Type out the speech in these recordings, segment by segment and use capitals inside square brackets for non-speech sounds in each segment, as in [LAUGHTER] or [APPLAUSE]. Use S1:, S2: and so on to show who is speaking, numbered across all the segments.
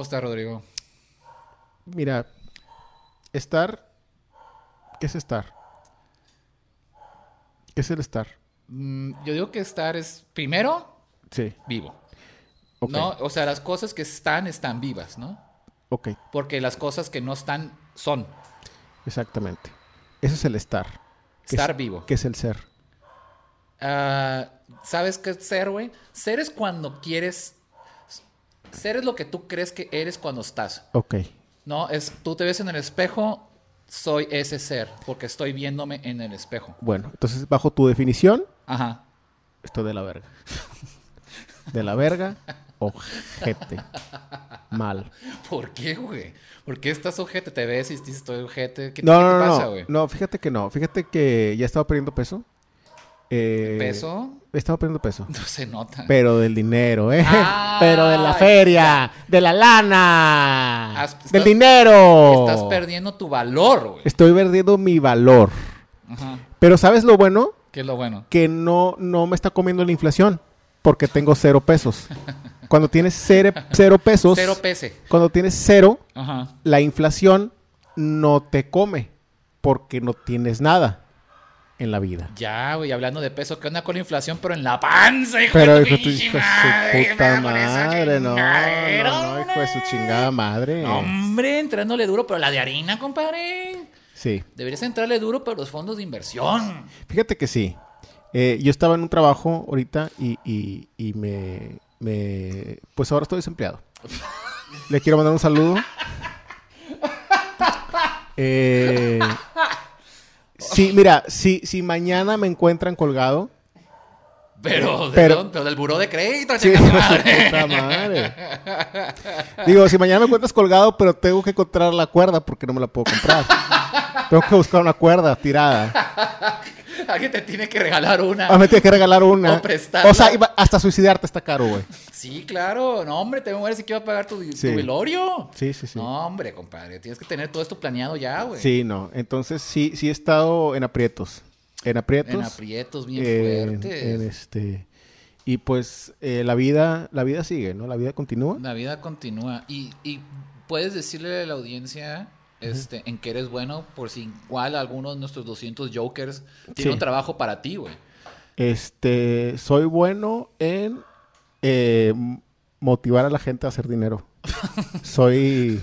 S1: está, Rodrigo?
S2: Mira, estar. ¿Qué es estar? ¿Qué es el estar?
S1: Mm, yo digo que estar es, primero,
S2: Sí.
S1: vivo.
S2: Ok.
S1: ¿no? O sea, las cosas que están, están vivas, ¿no?
S2: Ok,
S1: Porque las cosas que no están, son.
S2: exactamente. Eso es el estar. ¿Qué
S1: Estar
S2: es-
S1: vivo.
S2: ¿Qué es el ser?
S1: Ah, ¿Sabes qué es ser, güey? Ser es cuando quieres... Ser es lo que tú crees que eres cuando estás.
S2: Ok,
S1: No, es tú te ves en el espejo, soy ese ser, porque estoy viéndome en el espejo.
S2: bueno, entonces bajo tu definición,
S1: Ajá. [LAUGHS]
S2: estoy de la verga. De la verga, ojete. Mal.
S1: ¿Por qué, güey? ¿Por qué estás ojete? Te ves y dices, estoy ojete. ¿Qué,
S2: No,
S1: qué
S2: no,
S1: te
S2: no,
S1: pasa,
S2: no.
S1: güey?
S2: No, fíjate que no. Fíjate que ya estaba perdiendo peso. Eh,
S1: ¿Peso? [LAUGHS]
S2: Estaba perdiendo peso.
S1: No se nota.
S2: Pero del dinero, ¿eh?
S1: Ah,
S2: [LAUGHS] Pero de la
S1: ya.
S2: feria, de la lana,
S1: Has- estás-
S2: del dinero.
S1: Estás perdiendo tu valor, güey.
S2: Estoy perdiendo mi valor.
S1: Ajá.
S2: Pero ¿sabes lo bueno?
S1: ¿Qué es lo bueno?
S2: Que no, no me está comiendo la inflación porque tengo cero
S1: [LAUGHS]
S2: pesos. Cuando tienes cero, cero pesos,
S1: Cero pese.
S2: cuando tienes cero,
S1: Ajá.
S2: la inflación no te come porque no tienes nada en la vida.
S1: Ya, güey, hablando de peso, ¿qué onda con la inflación? Pero en la panza, hijo
S2: Pero
S1: de
S2: hijo de
S1: tu
S2: tu hijo de su puta madre, no, no, no, hijo de su chingada madre.
S1: Hombre, entrándole duro, pero la de harina, compadre.
S2: Sí,
S1: Deberías entrarle duro, pero los fondos de inversión.
S2: fíjate que sí. Eh, yo estaba en un trabajo ahorita y, y- y me, me- Pues ahora estoy desempleado. Le quiero mandar un saludo. [LAUGHS] Eh, sí, mira, si, si mañana me encuentran colgado...
S1: Pero, de
S2: Pero-
S1: dónde? Pero del buró de crédito,
S2: Sí, [LAUGHS]
S1: chica
S2: hijo de su
S1: madre.
S2: puta madre. Digo, si mañana me encuentras colgado, pero tengo que encontrar la cuerda porque no me la puedo comprar. tengo que buscar una cuerda tirada.
S1: [LAUGHS] Alguien te tiene que regalar una.
S2: Ah, me tienes que regalar una.
S1: O prestarla.
S2: sea, iba- hasta suicidarte está caro, güey.
S1: Sí, claro. No, hombre, te mueres si quiero pagar tu, tu
S2: Sí.
S1: velorio.
S2: Sí, sí, sí.
S1: No, hombre, compadre. Tienes que tener todo esto planeado ya, güey.
S2: Sí, no. Entonces, sí, sí he estado en aprietos. En aprietos.
S1: En aprietos bien
S2: en-
S1: fuertes.
S2: en este. Y pues eh, la vida, la vida sigue, ¿no? La vida continúa.
S1: La vida continúa. Y, y puedes decirle a la audiencia este, en qué eres bueno, por si cual alguno de nuestros 200 jokers tiene
S2: Sí.
S1: un trabajo para ti, güey. [LAUGHS]
S2: Este, soy bueno en eh, m- motivar a la gente a hacer
S1: [LAUGHS]
S2: dinero. Soy.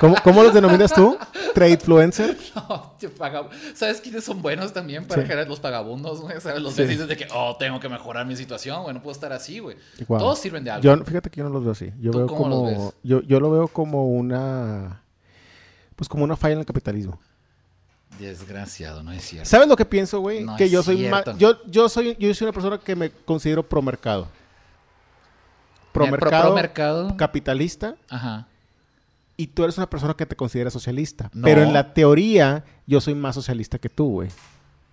S2: ¿Cómo, cómo los denominas tú? Trade influencer.
S1: No, te paga- ¿Sabes quiénes son buenos también para
S2: Sí.
S1: generar los vagabundos, güey? ¿Sabes? Los
S2: Sí.
S1: vecinos de que, oh, tengo que mejorar mi situación, güey, no puedo estar así, güey.
S2: Wow.
S1: Todos sirven de algo.
S2: Yo, fíjate que yo no los veo así. Yo
S1: ¿Tú
S2: veo
S1: cómo los
S2: como.
S1: ves?
S2: Yo, yo lo veo como una. Pues como una falla en el capitalismo.
S1: Desgraciado, no es cierto.
S2: ¿Sabes lo que pienso, güey?
S1: No
S2: que
S1: es
S2: yo soy más.
S1: cierto.
S2: Yo, yo soy, yo soy una persona que me considero promercado. Promercado.
S1: mercado.
S2: Capitalista.
S1: Ajá.
S2: y tú eres una persona que te considera socialista.
S1: No.
S2: Pero en la teoría, yo soy más socialista que tú, güey.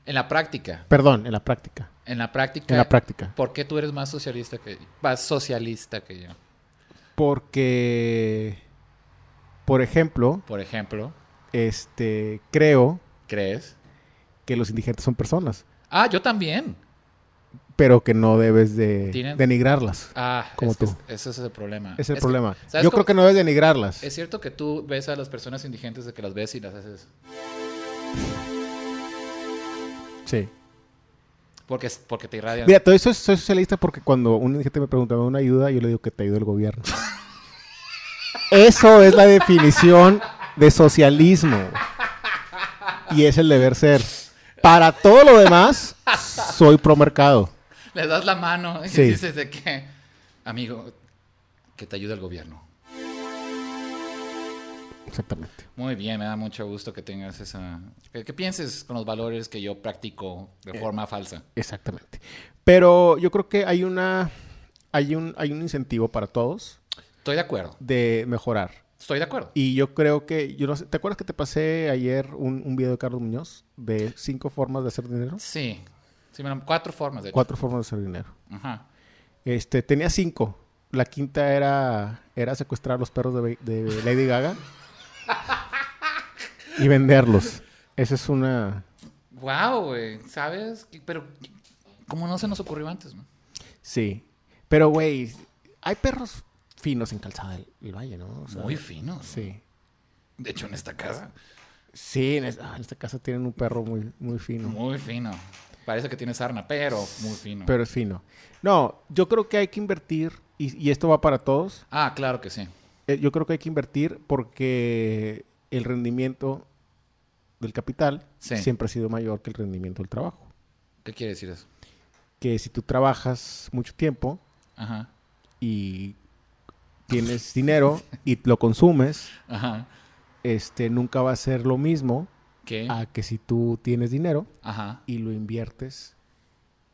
S1: En la práctica.
S2: Perdón, en la práctica.
S1: En la práctica.
S2: En la práctica.
S1: ¿Por qué tú eres más socialista que más socialista que yo?
S2: Porque, por ejemplo,
S1: Por ejemplo,
S2: este, creo
S1: ¿crees?
S2: que los indigentes son personas,
S1: Ah, yo también.
S2: pero que no debes de
S1: Tienen-
S2: denigrarlas.
S1: Ah,
S2: Como
S1: es que
S2: tú.
S1: ese es el problema.
S2: Ese es el
S1: que-
S2: problema.
S1: ¿sabes
S2: Yo
S1: cómo-
S2: creo que no debes denigrarlas.
S1: Es cierto que tú ves a las personas indigentes de que las ves y las haces.
S2: Sí.
S1: Porque, porque te irradian.
S2: Mira, todo eso es- soy socialista porque cuando un indigente me preguntaba una ayuda, yo le digo que te ayuda el
S1: [LAUGHS]
S2: gobierno. eso es la definición de socialismo. Y es el deber ser. Para todo lo demás, soy promercado.
S1: Le das la mano y
S2: Sí.
S1: dices de que, amigo, que te ayude el gobierno.
S2: Exactamente.
S1: Muy bien, me da mucho gusto que tengas esa... Que, que pienses con los valores que yo practico
S2: Eh.
S1: de forma falsa.
S2: Exactamente. Pero yo creo que hay una. Hay un, hay un incentivo para todos
S1: Estoy de acuerdo,
S2: de mejorar.
S1: estoy de acuerdo.
S2: Y yo creo que. Yo no sé, ¿Te acuerdas que te pasé ayer un, un video de Carlos Muñoz de cinco formas de hacer dinero?
S1: Sí, sí me lo- cuatro formas de hecho.
S2: Cuatro formas de hacer dinero.
S1: Ajá.
S2: Este, tenía cinco. La quinta era, era secuestrar los perros de, Be- de Lady Gaga y venderlos. Esa es una...
S1: Wow, güey, ¿sabes? Que- Pero, ¿cómo no se nos ocurrió antes? no?
S2: Sí. Pero, güey, hay perros finos en Calzada del del Valle, ¿no? O sea,
S1: Muy finos.
S2: Sí.
S1: De hecho, en esta casa.
S2: Sí, en, es- ah, en esta casa tienen un perro muy, muy fino.
S1: Muy fino. Parece que tiene sarna, pero muy fino.
S2: Pero es fino. No, yo creo que hay que invertir, y, y esto va para todos,
S1: Ah, claro que sí.
S2: eh, yo creo que hay que invertir porque el rendimiento del capital
S1: Sí.
S2: siempre ha sido mayor que el rendimiento del trabajo.
S1: ¿Qué quiere decir eso?
S2: Que si tú trabajas mucho tiempo
S1: Ajá.
S2: y tienes dinero y lo consumes,
S1: Ajá.
S2: este nunca va a ser lo mismo
S1: ¿Qué?
S2: a que si tú tienes dinero
S1: Ajá.
S2: y lo inviertes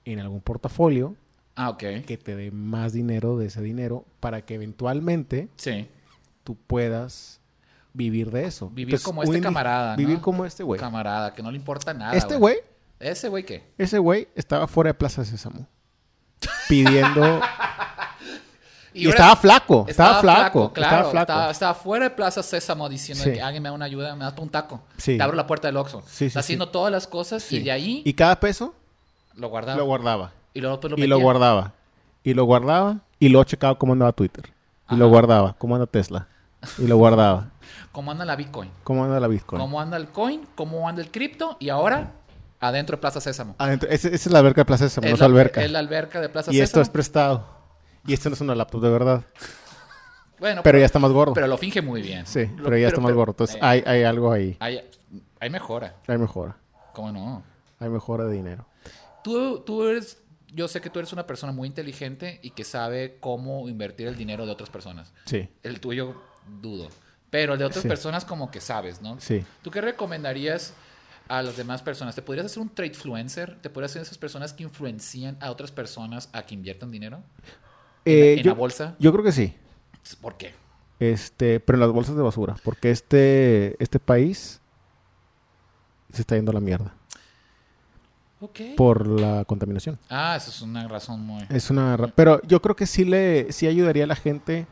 S2: en algún portafolio
S1: Ah, ok.
S2: que te dé más dinero de ese dinero para que eventualmente
S1: Sí.
S2: tú puedas vivir de eso.
S1: Vivir
S2: Entonces,
S1: como
S2: un
S1: este
S2: indi-
S1: camarada, ¿no?
S2: Vivir como este güey.
S1: Camarada, que no le importa nada.
S2: Este güey,
S1: ¿Ese güey qué?
S2: ese güey estaba fuera de Plaza Sésamo.
S1: [LAUGHS]
S2: Pidiendo... y
S1: ahora-
S2: estaba flaco, estaba, flaco,
S1: claro,
S2: estaba flaco.
S1: Estaba, estaba fuera de Plaza Sésamo diciendo
S2: Sí.
S1: que alguien me da una ayuda, me das pa' un taco.
S2: Sí.
S1: Te abro la puerta del Oxxo.
S2: Sí, sí,
S1: Está haciendo todas las cosas y
S2: Sí.
S1: de ahí
S2: Y cada peso
S1: lo guardaba.
S2: lo guardaba.
S1: y luego después lo
S2: y lo
S1: metía.
S2: guardaba. Y lo guardaba. Y luego checaba cómo andaba Twitter. Y lo
S1: Ajá.
S2: guardaba. Cómo anda Tesla. Y lo
S1: [LAUGHS]
S2: guardaba.
S1: ¿Cómo anda la Bitcoin?
S2: Cómo anda la Bitcoin.
S1: ¿Cómo anda el coin? ¿Cómo anda el cripto? Y ahora, adentro de Plaza Sésamo.
S2: Adentro- Ah, ese- esa es la alberca de Plaza Sésamo, no es
S1: la
S2: alberca.
S1: Es la alberca de Plaza
S2: y esto es
S1: Sésamo.
S2: prestado. Y esto no es una laptop de verdad.
S1: Bueno,
S2: Pero ya está más gordo.
S1: pero lo finge muy bien.
S2: sí,
S1: Lo-
S2: pero eh, ah. ya está más gordo. Entonces hay, hay algo ahí.
S1: Hay, hay mejora.
S2: Hay mejora.
S1: ¿Cómo no?
S2: Hay mejora de dinero.
S1: Tú, tú eres, yo sé que tú eres una persona muy inteligente y que sabe cómo invertir el dinero de otras personas.
S2: Sí,
S1: El tuyo, dudo. Pero el de otras
S2: Sí.
S1: personas como que sabes, ¿no?
S2: sí.
S1: ¿Tú qué recomendarías a las demás personas? ¿Te podrías hacer un trade influencer? ¿Te podrías hacer esas personas que influencian a otras personas a que inviertan dinero
S2: Eh,
S1: en
S2: yo,
S1: la bolsa?
S2: yo creo que sí.
S1: ¿Por qué?
S2: Este, pero en las bolsas de basura. Porque este, este país se está yendo a la mierda.
S1: Ok.
S2: Por la contaminación.
S1: Ah, eso es una razón muy...
S2: Es una ra- pero yo creo que sí le sí ayudaría a la gente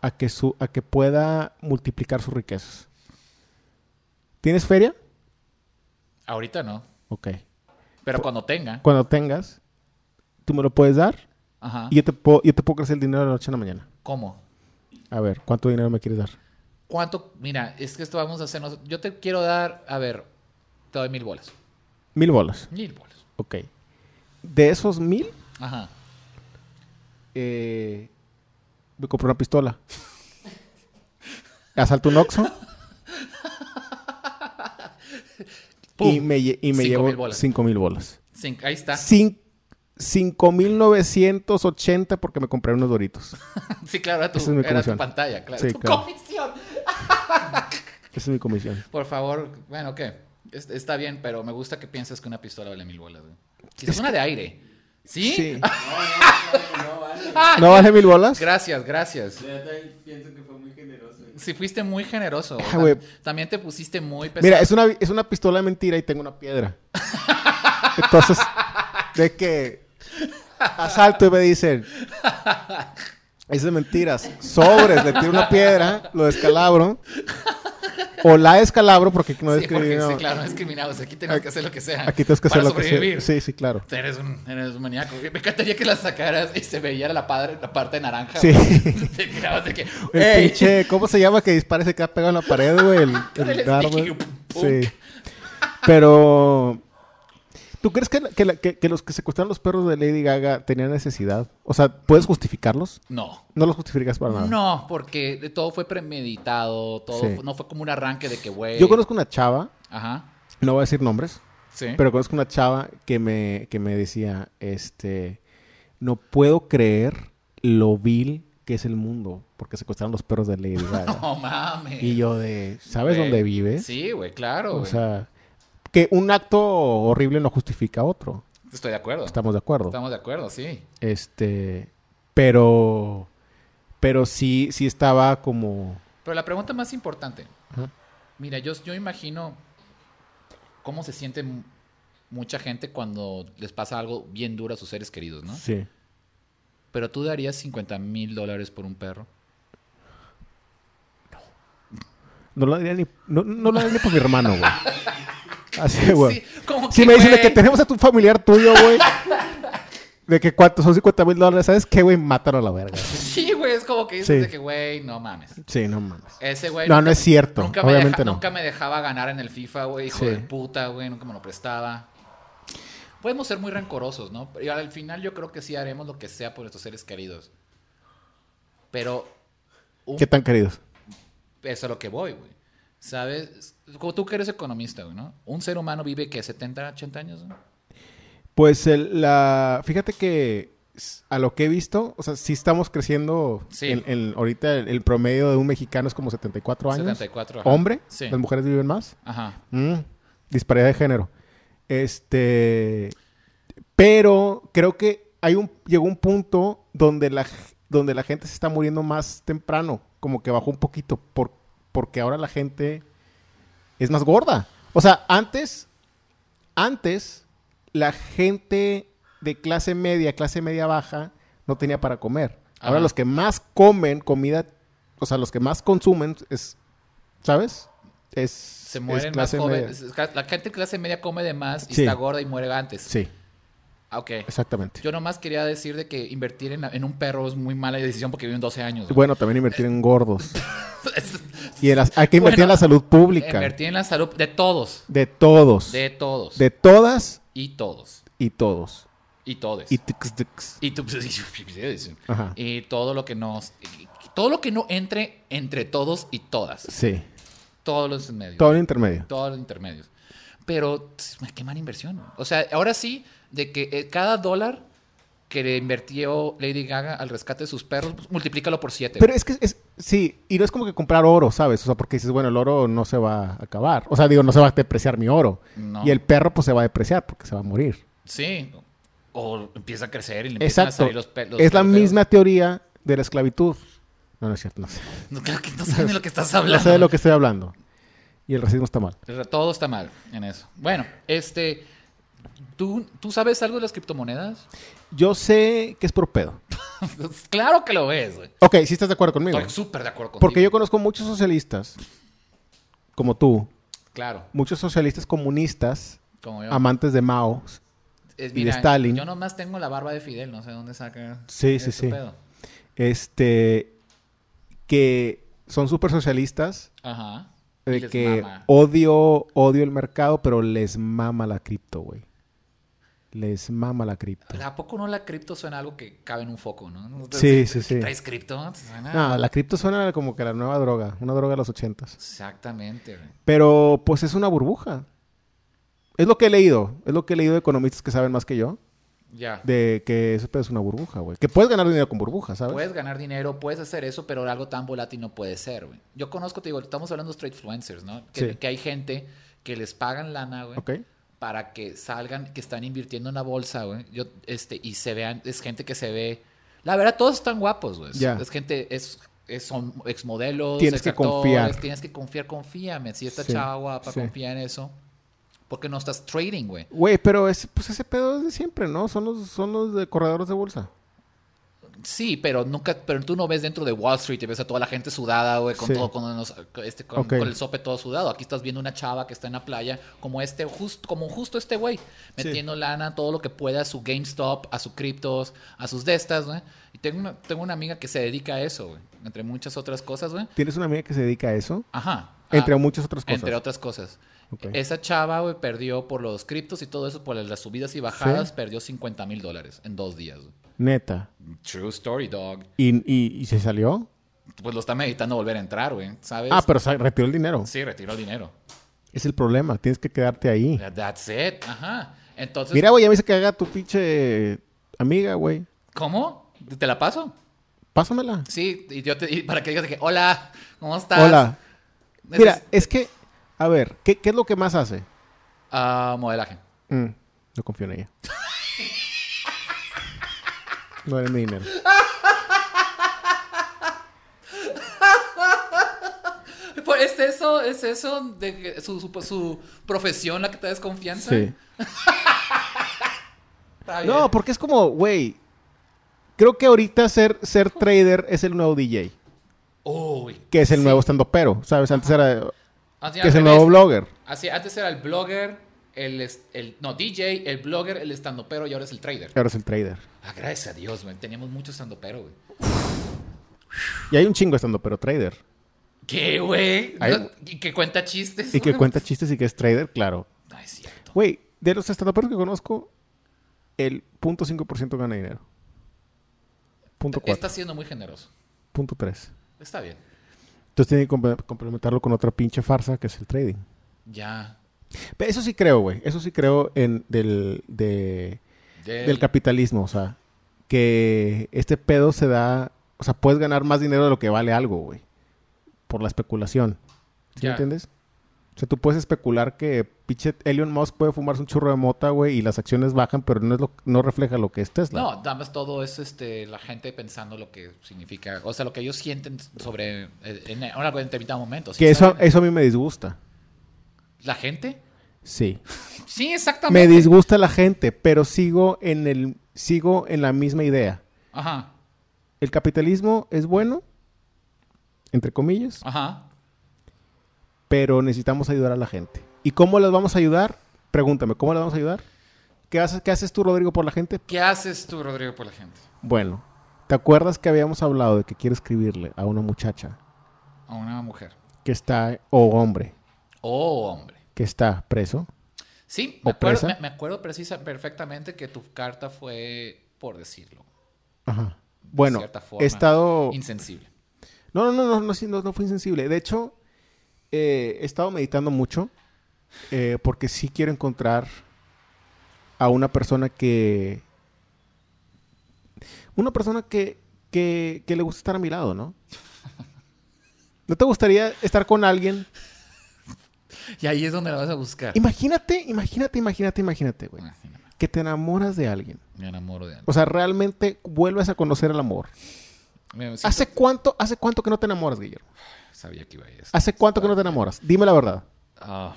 S2: a que su a que pueda multiplicar sus riquezas. ¿Tienes feria?
S1: Ahorita no,
S2: Ok.
S1: pero cuando tenga.
S2: Cuando tengas, tú me lo puedes dar
S1: Ajá.
S2: y yo te puedo yo te puedo crecer el dinero de la noche a la mañana.
S1: ¿Cómo?
S2: A ver, ¿cuánto dinero me quieres dar?
S1: ¿Cuánto? Mira, es que esto vamos a hacernos... Yo te quiero dar, a ver, te doy mil bolas.
S2: Mil bolas.
S1: Mil bolas.
S2: Ok. De esos mil,
S1: Ajá.
S2: eh, me compré una pistola. Asalto un Oxxo
S1: ¡Pum!
S2: y me, lle- y me
S1: Cinco
S2: llevo
S1: mil bolas.
S2: cinco mil bolas.
S1: Cin- Ahí está. [LAUGHS]
S2: Cin- 5.980 porque me compré unos doritos.
S1: Sí, claro, era tu,
S2: Esa es mi
S1: era tu
S2: comisión.
S1: pantalla, claro.
S2: Sí,
S1: tu
S2: claro.
S1: comisión.
S2: Esa es mi comisión.
S1: Por favor, bueno, ¿qué? Es- está bien, pero me gusta que pienses que una pistola vale mil bolas, güey. Quizás una de aire. ¿Sí? [LAUGHS]
S3: No, vale.
S1: ¡Ah!
S2: ¿No vale mil bolas?
S1: Gracias, gracias.
S3: La neta, pienso que fue muy generoso.
S1: Si fuiste muy generoso.
S2: Ah,
S1: tam-
S2: güey.
S1: También te pusiste muy pesado.
S2: Mira, es una, es una pistola de mentira y tengo una piedra. Entonces, de que asalto y me dicen, es de mentiras, sobres, le tiro una piedra, lo descalabro, o la descalabro porque no
S1: sí, porque,
S2: describí.
S1: sí, claro, no discriminados. Aquí tenemos que hacer lo que sea.
S2: Aquí tienes que hacer
S1: para
S2: lo que sea.
S1: sobrevivir.
S2: Sí, sí, claro.
S1: Eres un, eres un maníaco. Me encantaría que la sacaras y se veía la, padre, la parte naranja.
S2: Sí.
S1: güey. [LAUGHS] Te quedabas de que,
S2: El
S1: ¡ey!
S2: pinche, ¿cómo se llama? Que dispara y se queda pegado en la pared, güey. El,
S1: [LAUGHS] Con
S2: el
S1: el
S2: árbol.
S1: sticky, pum, pum.
S2: Sí. Pero. ¿Tú crees que, la- que la- que- que los que secuestraron los perros de Lady Gaga tenían necesidad? O sea, ¿puedes justificarlos?
S1: No.
S2: No los justificas para nada.
S1: No, porque de todo fue premeditado, todo
S2: Sí.
S1: fu- no fue como un arranque de que, güey.
S2: Yo conozco una chava,
S1: Ajá.
S2: no voy a decir nombres,
S1: Sí.
S2: pero conozco una chava que me, que me decía: Este. No puedo creer lo vil que es el mundo porque secuestraron los perros de
S1: [LAUGHS]
S2: Lady Gaga.
S1: [LAUGHS] No mames.
S2: y yo, de. ¿Sabes
S1: Güey.
S2: dónde vives?
S1: Sí, güey, claro.
S2: O
S1: güey.
S2: sea, que un acto horrible no justifica otro.
S1: Estoy de acuerdo.
S2: Estamos de acuerdo.
S1: Estamos de acuerdo, sí.
S2: Este, pero, pero sí, sí estaba como.
S1: Pero la pregunta más importante.
S2: Ajá.
S1: Mira, yo, yo imagino cómo se siente m- mucha gente cuando les pasa algo bien duro a sus seres queridos, ¿no?
S2: Sí.
S1: Pero tú darías 50 mil dólares por un perro.
S2: No lo daría ni, no, no lo daría ni por mi hermano, güey.
S1: [LAUGHS]
S2: Así, güey.
S1: Sí, como
S2: si me dicen de
S1: güey,
S2: que tenemos a tu familiar tuyo, güey. de que cuánto son 50 mil dólares, ¿sabes qué, güey? Mátalo a la verga.
S1: Sí, güey, es como que dices
S2: Sí.
S1: de que, güey, no mames.
S2: Sí, no mames.
S1: Ese Eh, güey.
S2: No,
S1: nunca-
S2: no es cierto.
S1: Nunca me,
S2: Obviamente
S1: deja-
S2: no.
S1: nunca me dejaba ganar en el FIFA, güey. Hijo
S2: Sí.
S1: de puta, güey. Nunca me lo prestaba. Podemos ser muy rencorosos, ¿no? Y al final yo creo que sí haremos lo que sea por nuestros seres queridos. Pero un-
S2: ¿Qué tan queridos?
S1: eso es a lo que voy, güey. ¿Sabes? Como tú que eres economista, güey, ¿no? Un ser humano vive que 70, 80 años, ¿no?
S2: Pues el- la. Fíjate que s- a lo que he visto, o sea, sí estamos creciendo.
S1: Sí.
S2: en- en- ahorita el, el promedio de un mexicano es como 74 años.
S1: 74. ajá.
S2: Hombre,
S1: Sí.
S2: las mujeres viven más.
S1: Ajá.
S2: Mm, disparidad de género. Este. Pero creo que hay un, llegó un punto donde la, g- donde la gente se está muriendo más temprano. Como que bajó un poquito. por- porque ahora la gente es más gorda. O sea, antes. Antes, la gente de clase media, clase media baja, no tenía para comer. Ahora
S1: Ajá.
S2: los que más comen comida, o sea, los que más consumen es, ¿sabes? Es
S1: Se
S2: es
S1: mueren más
S2: media.
S1: jóvenes. La gente de clase media come de más y
S2: Sí.
S1: está gorda y muere antes.
S2: Sí,
S1: Ah, Ok.
S2: exactamente.
S1: Yo nomás quería decir de que invertir en, en un perro es muy mala decisión porque viven 12 años. güey.
S2: Bueno, también invertir en gordos.
S1: [LAUGHS]
S2: Y en las- hay que invertir en la salud pública.
S1: Invertir en la salud de todos.
S2: De todos.
S1: De
S2: De,
S1: todos.
S2: todas
S1: Y todos.
S2: y todos.
S1: Y todes.
S2: Y tix, tix.
S1: Y tú- pues, [LAUGHS]
S2: Ajá.
S1: y todo lo que nos. Todo lo que no entre entre todos y todas.
S2: Sí.
S1: Todos los medios.
S2: Todo en intermedio.
S1: todos los intermedios. Pero tss, qué mala inversión. O sea, ahora sí, de que eh, cada dólar que le invirtió Lady Gaga al rescate de sus perros, pues, multiplícalo por siete.
S2: Pero es que es, sí, y no es como que comprar oro, ¿sabes? O sea, porque dices, bueno, el oro no se va a acabar. O sea, digo, no se va a depreciar mi oro.
S1: No.
S2: Y el perro, pues se va a depreciar porque se va a morir.
S1: Sí. O empieza a crecer y le empiezan a
S2: Exacto.
S1: salir los pe- los pelos.
S2: es la misma teoría de la esclavitud. No, no es cierto, no sé.
S1: No, claro que no saben de lo que estás
S2: No
S1: hablando.
S2: sé de lo que estoy hablando. Y el racismo está mal.
S1: Todo está mal en eso. Bueno, este. ¿Tú, ¿Tú sabes algo de las criptomonedas? [LAUGHS]
S2: Yo sé que es por pedo.
S1: claro que lo ves, güey.
S2: Ok, si estás de acuerdo conmigo.
S1: Estoy súper de acuerdo contigo.
S2: Porque yo conozco muchos socialistas, como tú,
S1: Claro,
S2: muchos socialistas comunistas,
S1: como yo.
S2: amantes de Mao.
S1: Es-
S2: y de Stalin.
S1: Yo nomás tengo la barba de Fidel, no sé dónde saca.
S2: Sí, sí,
S1: ese
S2: sí.
S1: pedo.
S2: Este, que son súper socialistas,
S1: Ajá. Y
S2: de
S1: les
S2: que
S1: mama.
S2: odio, odio el mercado, pero les mama la cripto, güey. Les mama la cripto.
S1: ¿A poco no la cripto suena algo que cabe en un foco, no? ¿No te-
S2: Sí, sí, sí.
S1: ¿Traes cripto? ¿Te suena?
S2: No, la cripto suena como que la nueva droga, una droga de los ochentas.
S1: Exactamente. güey.
S2: Pero pues es una burbuja. Es lo que he leído, es lo que he leído de economistas que saben más que yo.
S1: Ya.
S2: De que eso es una burbuja, güey. Que puedes ganar dinero con burbuja, ¿sabes?
S1: Puedes ganar dinero, puedes hacer eso, pero algo tan volátil no puede ser, güey. Yo conozco, te digo, estamos hablando de straight influencers, ¿no? Que,
S2: Sí.
S1: que hay gente que les pagan lana, güey.
S2: Ok.
S1: para que salgan, que están invirtiendo en la bolsa, güey. Yo, este, y se vean, es gente que se ve. La verdad, todos están guapos, güey. Es-
S2: Ya.
S1: Es gente, es, es- son exmodelos,
S2: Tienes que
S1: exactores,
S2: confiar.
S1: Tienes que confiar, confíame. Si esta
S2: Sí,
S1: chava guapa
S2: sí.
S1: confía en eso, porque no estás trading, güey.
S2: Güey, pero ese, pues ese pedo es de siempre, ¿no? Son los, son los de corredores de bolsa.
S1: Sí, pero nunca, pero tú no ves dentro de Wall Street y ves a toda la gente sudada, güey, con
S2: Sí.
S1: todo, con, los- este, con,
S2: Ok.
S1: con el sope todo sudado. Aquí estás viendo una chava que está en la playa, como este, justo, como justo este güey,
S2: Sí.
S1: metiendo lana, todo lo que pueda, a su GameStop, a sus criptos, a sus destas, güey. Y tengo una, tengo una amiga que se dedica a eso, güey, entre muchas otras cosas, güey.
S2: ¿Tienes una amiga que se dedica a eso?
S1: Ajá.
S2: Entre
S1: Ah,
S2: muchas otras cosas.
S1: entre otras cosas.
S2: Ok.
S1: Esa chava, güey, perdió por los criptos y todo eso, por las subidas y bajadas, perdió 50 mil dólares en dos días, güey.
S2: Neta.
S1: True story, dog.
S2: ¿Y, y, y se salió?
S1: Pues lo está meditando volver a entrar, güey, ¿sabes?
S2: Ah, pero se retiró el dinero.
S1: Sí, retiró el dinero.
S2: Es el problema. Tienes que quedarte ahí.
S1: That's it. Ajá. Entonces,
S2: Mira, güey, ya me dice que haga tu pinche amiga, güey.
S1: ¿cómo? ¿Te la paso?
S2: Pásamela.
S1: Sí, y yo te, y para que digas de que, hola, ¿cómo estás?
S2: Hola.
S1: Neces-
S2: Mira, es que, a ver, ¿qué, qué es lo que más hace?
S1: Ah, modelaje.
S2: Mm, no confío en ella. No eres mi dinero.
S1: Pues, ¿Es eso, es eso de que su, su, su profesión la que te da desconfianza?
S2: Sí.
S1: Está bien.
S2: No, porque es como, güey. Creo que ahorita ser, ser trader es el nuevo DJ.
S1: Uy.
S2: Que es el
S1: Sí.
S2: nuevo stand-upero, ¿sabes? Antes era.
S1: Antes era
S2: Que es
S1: al
S2: el nuevo
S1: revés.
S2: blogger.
S1: Así, antes era el blogger, el, es- el- no, DJ, el blogger, el estandopero y ahora es el trader.
S2: Ahora es el trader.
S1: Ah, gracias a Dios, güey. Teníamos mucho estandopero, güey.
S2: Y hay un chingo estando, pero trader.
S1: ¿Qué, güey?
S2: Ay,
S1: No, y que cuenta chistes.
S2: Y
S1: [LAUGHS]
S2: que
S1: güey.
S2: cuenta chistes y que es trader, claro.
S1: No, es cierto.
S2: Güey, de los estandoperos que conozco, el 0.5% gana dinero. Punto
S1: Está
S2: cuatro,
S1: siendo muy generoso.
S2: punto tres.
S1: Está bien.
S2: Entonces tiene que comple- complementarlo con otra pinche farsa que es el trading.
S1: Ya.
S2: Pero eso sí creo, güey. Eso sí creo en del, de-
S1: Del-
S2: del capitalismo. O sea, que este pedo se da... O sea, puedes ganar más dinero de lo que vale algo, güey. Por la especulación. ¿Sí me
S1: Ya.
S2: entiendes? O sea, tú puedes especular que pinche Elon Musk puede fumarse un churro de mota, güey, y las acciones bajan, pero no, es lo, no refleja lo que es Tesla.
S1: No, nada más todo es este, la gente pensando lo que significa, o sea, lo que ellos sienten sobre, eh, en, ahora en determinado momento. ¿sí
S2: Que eso,
S1: saben?
S2: eso a mí me disgusta.
S1: ¿La gente?
S2: Sí.
S1: Sí,
S2: Me
S1: exactamente.
S2: disgusta la gente, pero sigo en el sigo en la misma idea.
S1: Ajá,
S2: El capitalismo es bueno, entre comillas,
S1: ajá.
S2: pero necesitamos ayudar a la gente. ¿Y cómo las vamos a ayudar? Pregúntame, ¿cómo las vamos a ayudar? ¿Qué haces, qué haces tú, Rodrigo, por la gente?
S1: ¿Qué haces tú, Rodrigo, por la gente?
S2: Bueno, ¿te acuerdas que habíamos hablado de que quiero escribirle a una muchacha
S1: A una mujer.
S2: que está, o hombre,
S1: Oh, hombre.
S2: que está preso?
S1: Sí,
S2: ¿O
S1: me acuerdo,
S2: presa?
S1: me, me acuerdo precisa, perfectamente que tu carta fue, por decirlo,
S2: Ajá. Bueno,
S1: cierta forma,
S2: he estado...
S1: insensible.
S2: No, no, no, no, no, sí, no, no fue insensible. De hecho, eh, he estado meditando mucho eh, porque sí quiero encontrar a una persona que... Una persona que, que, que le gusta estar a mi lado, ¿no? ¿No te gustaría estar con [LAUGHS] alguien?
S1: Y ahí es donde la vas a buscar.
S2: Imagínate, imagínate, imagínate, imagínate, güey.
S1: Imagíname,
S2: Que te enamoras de alguien.
S1: Me enamoro de alguien.
S2: O sea, realmente vuelves a conocer el amor.
S1: Me siento-
S2: ¿Hace cuánto, hace cuánto que no te enamoras, Guillermo?
S1: Sabía que iba a ir. esto.
S2: ¿Hace cuánto que no te enamoras? Dime la verdad.
S1: Ah,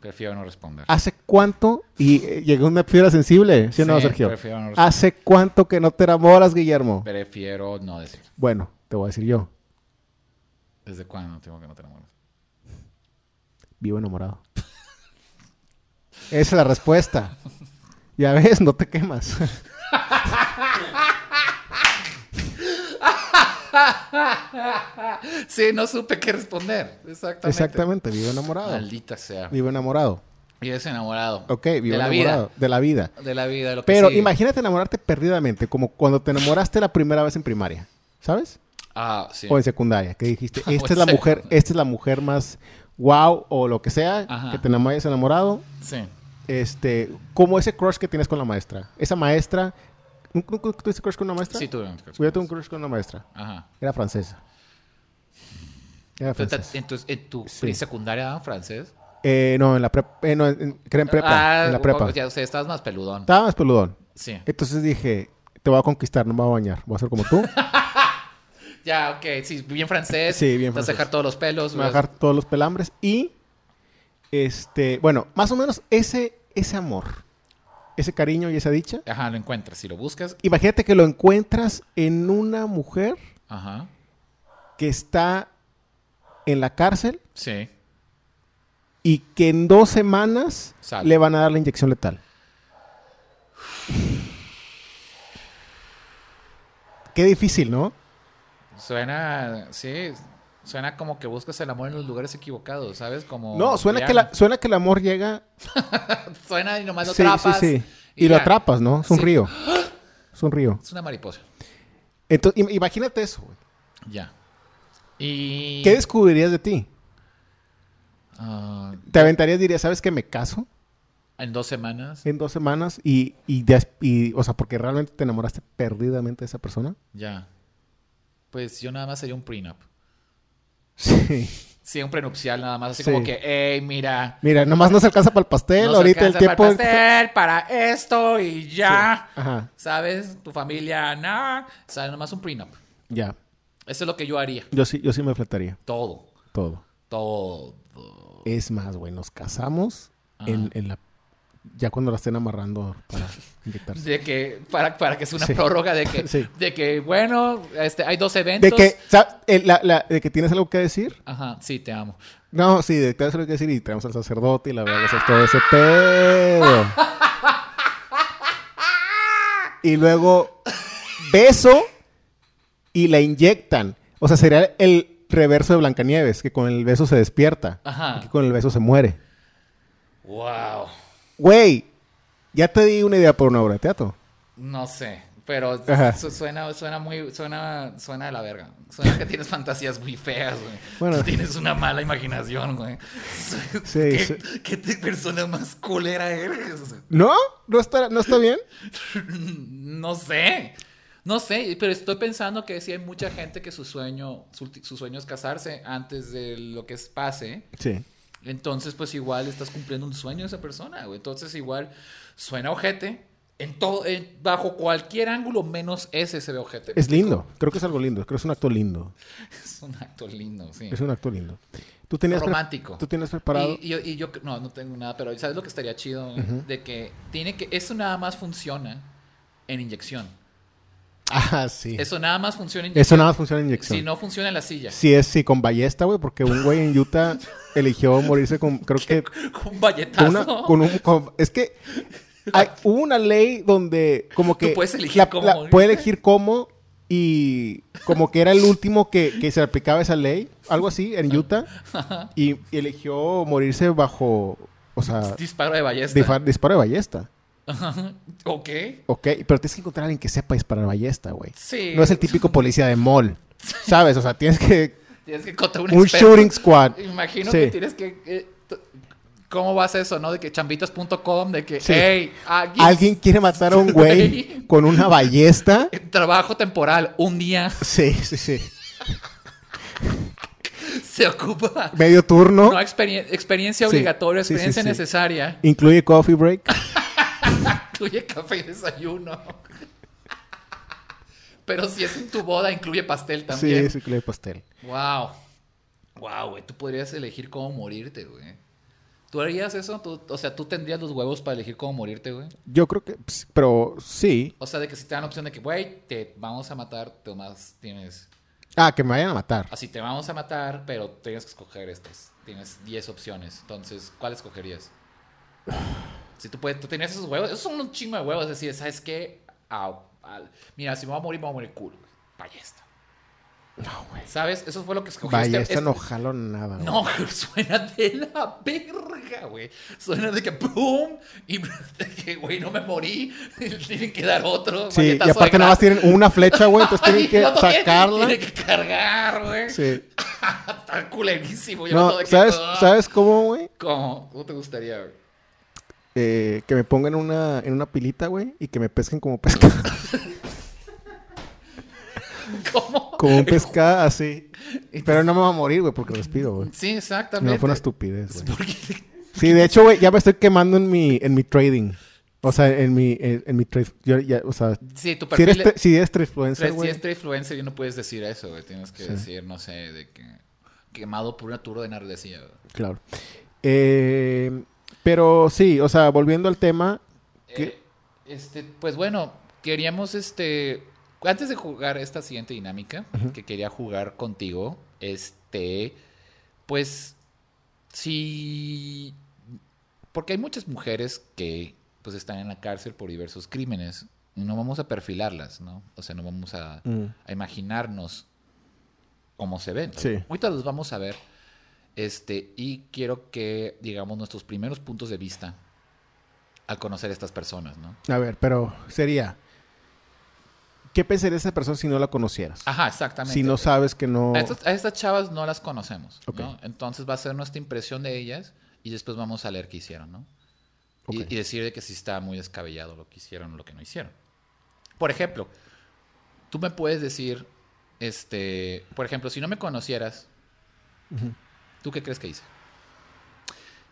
S1: prefiero no responder.
S2: ¿Hace cuánto? Y eh, llegó una fibra sensible, Ah, ¿sí o no,
S1: Sí,
S2: Sergio? Ah.
S1: prefiero no responder.
S2: ¿Hace cuánto que no te enamoras, Guillermo?
S1: Prefiero no decir.
S2: Bueno, te voy a decir yo.
S1: ¿Desde cuándo tengo que no te enamoras?
S2: Vivo enamorado. Esa es la respuesta. Ya ves, no te quemas.
S1: Sí, no supe qué responder. Exactamente.
S2: Exactamente, vivo enamorado.
S1: Maldita sea.
S2: Vivo enamorado.
S1: Y es enamorado.
S2: Ok,
S1: de
S2: vivo
S1: la
S2: enamorado. De la vida.
S1: vida. De la vida. Lo que
S2: Pero
S1: sigue.
S2: imagínate enamorarte perdidamente, como cuando te enamoraste la primera vez en primaria, ¿sabes?
S1: Ah, sí.
S2: O en secundaria,
S1: [LAUGHS]
S2: que dijiste,
S1: O en
S2: esta es la mujer,
S1: secundaria.
S2: esta es la mujer más wow o lo que sea,
S1: Ajá.
S2: que te enam- hayas enamorado.
S1: Sí.
S2: Este, como ese crush que tienes con la maestra. Esa maestra, ¿nunca nunca tuviste crush con una maestra?
S1: Sí, tuve un
S2: Yo tuve un crush con una maestra.
S1: Ajá.
S2: Era francesa. Era francesa.
S1: Entonces, en tu
S2: Sí.
S1: pre- secundaria daban francés.
S2: Eh, no, en la prepa, eh, no, en, en- que era en prepa,
S1: Ah,
S2: en la prepa.
S1: O, o sea, o sea, estabas más peludón.
S2: Estaba más peludón.
S1: Sí.
S2: Entonces dije, te voy a conquistar, no me voy a bañar, voy a ser como
S1: [LAUGHS]
S2: tú.
S1: Ya, ok. Sí, bien francés.
S2: Sí, bien
S1: Vas a
S2: francés.
S1: dejar todos los pelos.
S2: Me va a
S1: vas-
S2: dejar todos los pelambres y este, bueno, más o menos ese ese amor, ese cariño y esa dicha.
S1: Ajá, lo encuentras. Si lo buscas.
S2: Imagínate que lo encuentras en una mujer
S1: Ajá.
S2: que está en la cárcel
S1: Sí.
S2: y que en dos semanas
S1: Sale.
S2: le van a dar la inyección letal. Qué difícil, ¿no?
S1: Suena. Sí. Suena como que buscas el amor en los lugares equivocados, ¿sabes? Como.
S2: No, suena
S1: ya.
S2: que, la- suena que el amor llega
S1: Suena y nomás lo
S2: Sí, sí,
S1: atrapas.
S2: sí. Y, lo
S1: ya.
S2: atrapas, ¿no? Es un
S1: Sí. [GASPS]
S2: río. Es un río.
S1: Es una mariposa.
S2: Entonces, im- imagínate eso. güey.
S1: Ya. Y.
S2: ¿Qué descubrirías de ti?
S1: Ah,
S2: ¿Te aventarías y dirías, sabes que me caso
S1: en dos semanas.
S2: en dos semanas y, y, des- y- o sea, porque realmente te enamoraste perdidamente de esa persona?
S1: Ya. Pues yo nada más sería un prenup.
S2: [LAUGHS] Sí.
S1: Sí, un prenupcial nada más. Así
S2: Sí.
S1: como que, hey, mira.
S2: Mira, nomás no se alcanza para el pastel,
S1: no se
S2: ahorita el
S1: alcanza
S2: tiempo.
S1: Para, el pastel, para esto y ya.
S2: Ajá,
S1: ¿Sabes? Tu familia, nada. O sea, nomás un prenup.
S2: ya.
S1: Eso es lo que yo haría.
S2: Yo sí, yo sí me fletaría.
S1: Todo.
S2: Todo.
S1: Todo.
S2: Es más, güey, nos casamos
S1: Ajá.
S2: en, en la ya cuando la estén amarrando para
S1: [LAUGHS]
S2: inyectarse.
S1: De que, para, para que es una
S2: Sí.
S1: prórroga de que,
S2: [LAUGHS] Sí.
S1: de que bueno, este, hay dos
S2: De
S1: eventos.
S2: que, sa- eh, la- la- de que tienes algo que decir.
S1: Ajá, sí, te amo.
S2: No, sí, de que tienes algo que decir y traemos al sacerdote y la verdad, es todo ese pedo. Y luego, beso y la inyectan. O sea, sería el reverso de Blancanieves, que con el beso se despierta.
S1: Ajá.
S2: Y que con el beso se muere.
S1: Wow.
S2: Güey, ya te di una idea por una obra de teatro.
S1: No sé, pero
S2: Ajá.
S1: su- suena, suena muy, suena, suena de la verga. Suena que tienes fantasías muy feas, güey.
S2: Bueno.
S1: Tú tienes una mala imaginación, güey.
S2: Sí,
S1: [LAUGHS] ¿Qué,
S2: sí.
S1: qué te- persona más culera eres?
S2: ¿No? ¿No está, ¿no está bien?
S1: [LAUGHS] No sé. No sé, pero estoy pensando que sí hay mucha gente que su sueño, su, ulti- su sueño es casarse antes de lo que es- pase.
S2: Sí.
S1: Entonces, pues igual estás cumpliendo un sueño de esa persona, güey. Entonces, igual suena ojete. En todo, en- bajo cualquier ángulo, menos ese se ve ojete.
S2: Es lindo. Creo que es algo lindo. Creo que es un acto lindo.
S1: Es un acto lindo, sí.
S2: Es un acto lindo. Tú tenías pre-
S1: Romántico.
S2: Tú tienes preparado.
S1: Y, y yo- y yo, no, no tengo nada, pero ¿sabes lo que estaría chido? güey? De que tiene que, eso nada más funciona en inyección.
S2: Ah, sí. Eso,
S1: Eso nada más funciona en inyección.
S2: nada más funciona en inyección.
S1: Si no funciona en la silla.
S2: Sí, es sí, con ballesta, güey, porque un güey
S1: [LAUGHS]
S2: en Utah eligió morirse con, creo que,
S1: Con un
S2: con,
S1: valletazo.
S2: una, con un, con- es que hay, hubo una ley donde como que...
S1: Tú puedes elegir cómo morirte.
S2: puede elegir cómo y como que era el último que, que se aplicaba esa ley, algo así, en Utah, y, y eligió morirse bajo, o sea,
S1: Disparo de ballesta.
S2: dispar- disparo de ballesta.
S1: ok.
S2: Ok, pero tienes que encontrar a alguien que sepa disparar ballesta, güey.
S1: Sí.
S2: No es el típico policía de mall, ¿sabes? O sea, tienes que...
S1: Tienes que encontrar un,
S2: Un
S1: experto.
S2: shooting squad.
S1: Imagino
S2: Sí.
S1: que tienes que. eh, t- ¿Cómo vas eso, no? De que chambitas.com, de que,
S2: Sí.
S1: hey, alguien,
S2: [LAUGHS] Alguien quiere matar a un güey
S1: [LAUGHS] Güey.
S2: con una ballesta.
S1: trabajo temporal, un día [LAUGHS]
S2: Sí, sí, sí.
S1: se ocupa.
S2: Medio turno.
S1: No, experien- experiencia
S2: Sí.
S1: obligatoria,
S2: Sí, sí,
S1: experiencia
S2: sí.
S1: necesaria.
S2: Incluye coffee break.
S1: Incluye café y desayuno. [LAUGHS] Pero si es en tu boda, incluye pastel también.
S2: Sí, sí, incluye pastel.
S1: Wow. Wow, güey. Tú podrías elegir cómo morirte, güey. ¿Tú harías eso? ¿Tú- o sea, ¿tú tendrías los huevos para elegir cómo morirte, güey?
S2: Yo creo que, ps- pero sí.
S1: O sea, de que si te dan la opción de que, güey, te vamos a matar, te más tienes...
S2: Ah, que me vayan a matar.
S1: Así te vamos a matar, pero tienes que escoger estas. Tienes 10 opciones. Entonces, ¿cuál escogerías? [SIGHS] Si tú puedes, tú tenías esos huevos. Esos son un chingo de huevos. Es decir, ¿sabes qué? Au, al- mira, si me voy a morir, me voy a morir cool. güey. Ballesta. No, güey. ¿Sabes? Eso fue lo que escogiste.
S2: Ballesta
S1: Es-
S2: no jalo nada. güey.
S1: no, [LAUGHS] suena de la verga, güey. Suena de que ¡pum! Y [LAUGHS] de que, güey, no me morí. [LAUGHS] Tienen que dar otro.
S2: Sí, y
S1: galletazo de
S2: aparte nada más
S1: gas.
S2: tienen una flecha, güey.
S1: [LAUGHS]
S2: Entonces
S1: Ay,
S2: tienen que
S1: no, tienen-
S2: sacarla.
S1: Tienen que cargar, güey.
S2: Sí.
S1: [LAUGHS] Está culerísimo. Yo
S2: No,
S1: todo de que,
S2: ¿sabes,
S1: ah,
S2: ¿sabes cómo, güey?
S1: ¿Cómo? ¿Cómo te gustaría, güey? [LAUGHS]
S2: Eh, que me pongan una, en una pilita, güey, y que me pesquen como pescado. [LAUGHS]
S1: ¿Cómo?
S2: como un pescado así. Pero no me va a morir, güey, porque respiro, güey.
S1: Sí, exactamente.
S2: No, fue una
S1: [LAUGHS]
S2: estupidez, güey.
S1: Porque-
S2: Sí, de hecho, güey, ya me estoy quemando en mi, en mi trading. O sea, en mi, en, en mi trade. Yo ya, o sea,
S1: Sí, tu
S2: si
S1: perfil...
S2: eres,
S1: de-
S2: tra- si eres trade
S1: Tres-
S2: influencer,
S1: si
S2: güey.
S1: es trade influencer y no puedes decir eso, güey. Tienes que
S2: Sí.
S1: decir, no sé, de que... Quemado por una turba de nardecía, güey.
S2: Claro. Eh, pero sí, o sea, volviendo al tema. ¿Qué?
S1: Eh, este, pues bueno, queríamos este. Antes de jugar esta siguiente dinámica que quería jugar contigo, este, pues sí, porque hay muchas mujeres que pues están en la cárcel por diversos crímenes y no vamos a perfilarlas, ¿no? O sea, no vamos a,
S2: mm,
S1: a imaginarnos cómo se ven.
S2: Sí.
S1: Ahorita los vamos a ver, este, y quiero que digamos nuestros primeros puntos de vista al conocer a estas personas, ¿no?
S2: a ver, pero sería. ¿Qué pensaría esa persona si no la conocieras?
S1: Ajá, exactamente.
S2: si no sabes que no.
S1: a, estas, a estas chavas no las conocemos,
S2: Ok.
S1: ¿no? Entonces va a ser nuestra impresión de ellas y después vamos a leer qué hicieron, ¿no? Y-
S2: Ok.
S1: Y, decir de que si está muy descabellado lo que hicieron o lo que no hicieron. Por ejemplo, tú me puedes decir, este, por ejemplo, si no me conocieras, ¿tú qué crees que hice?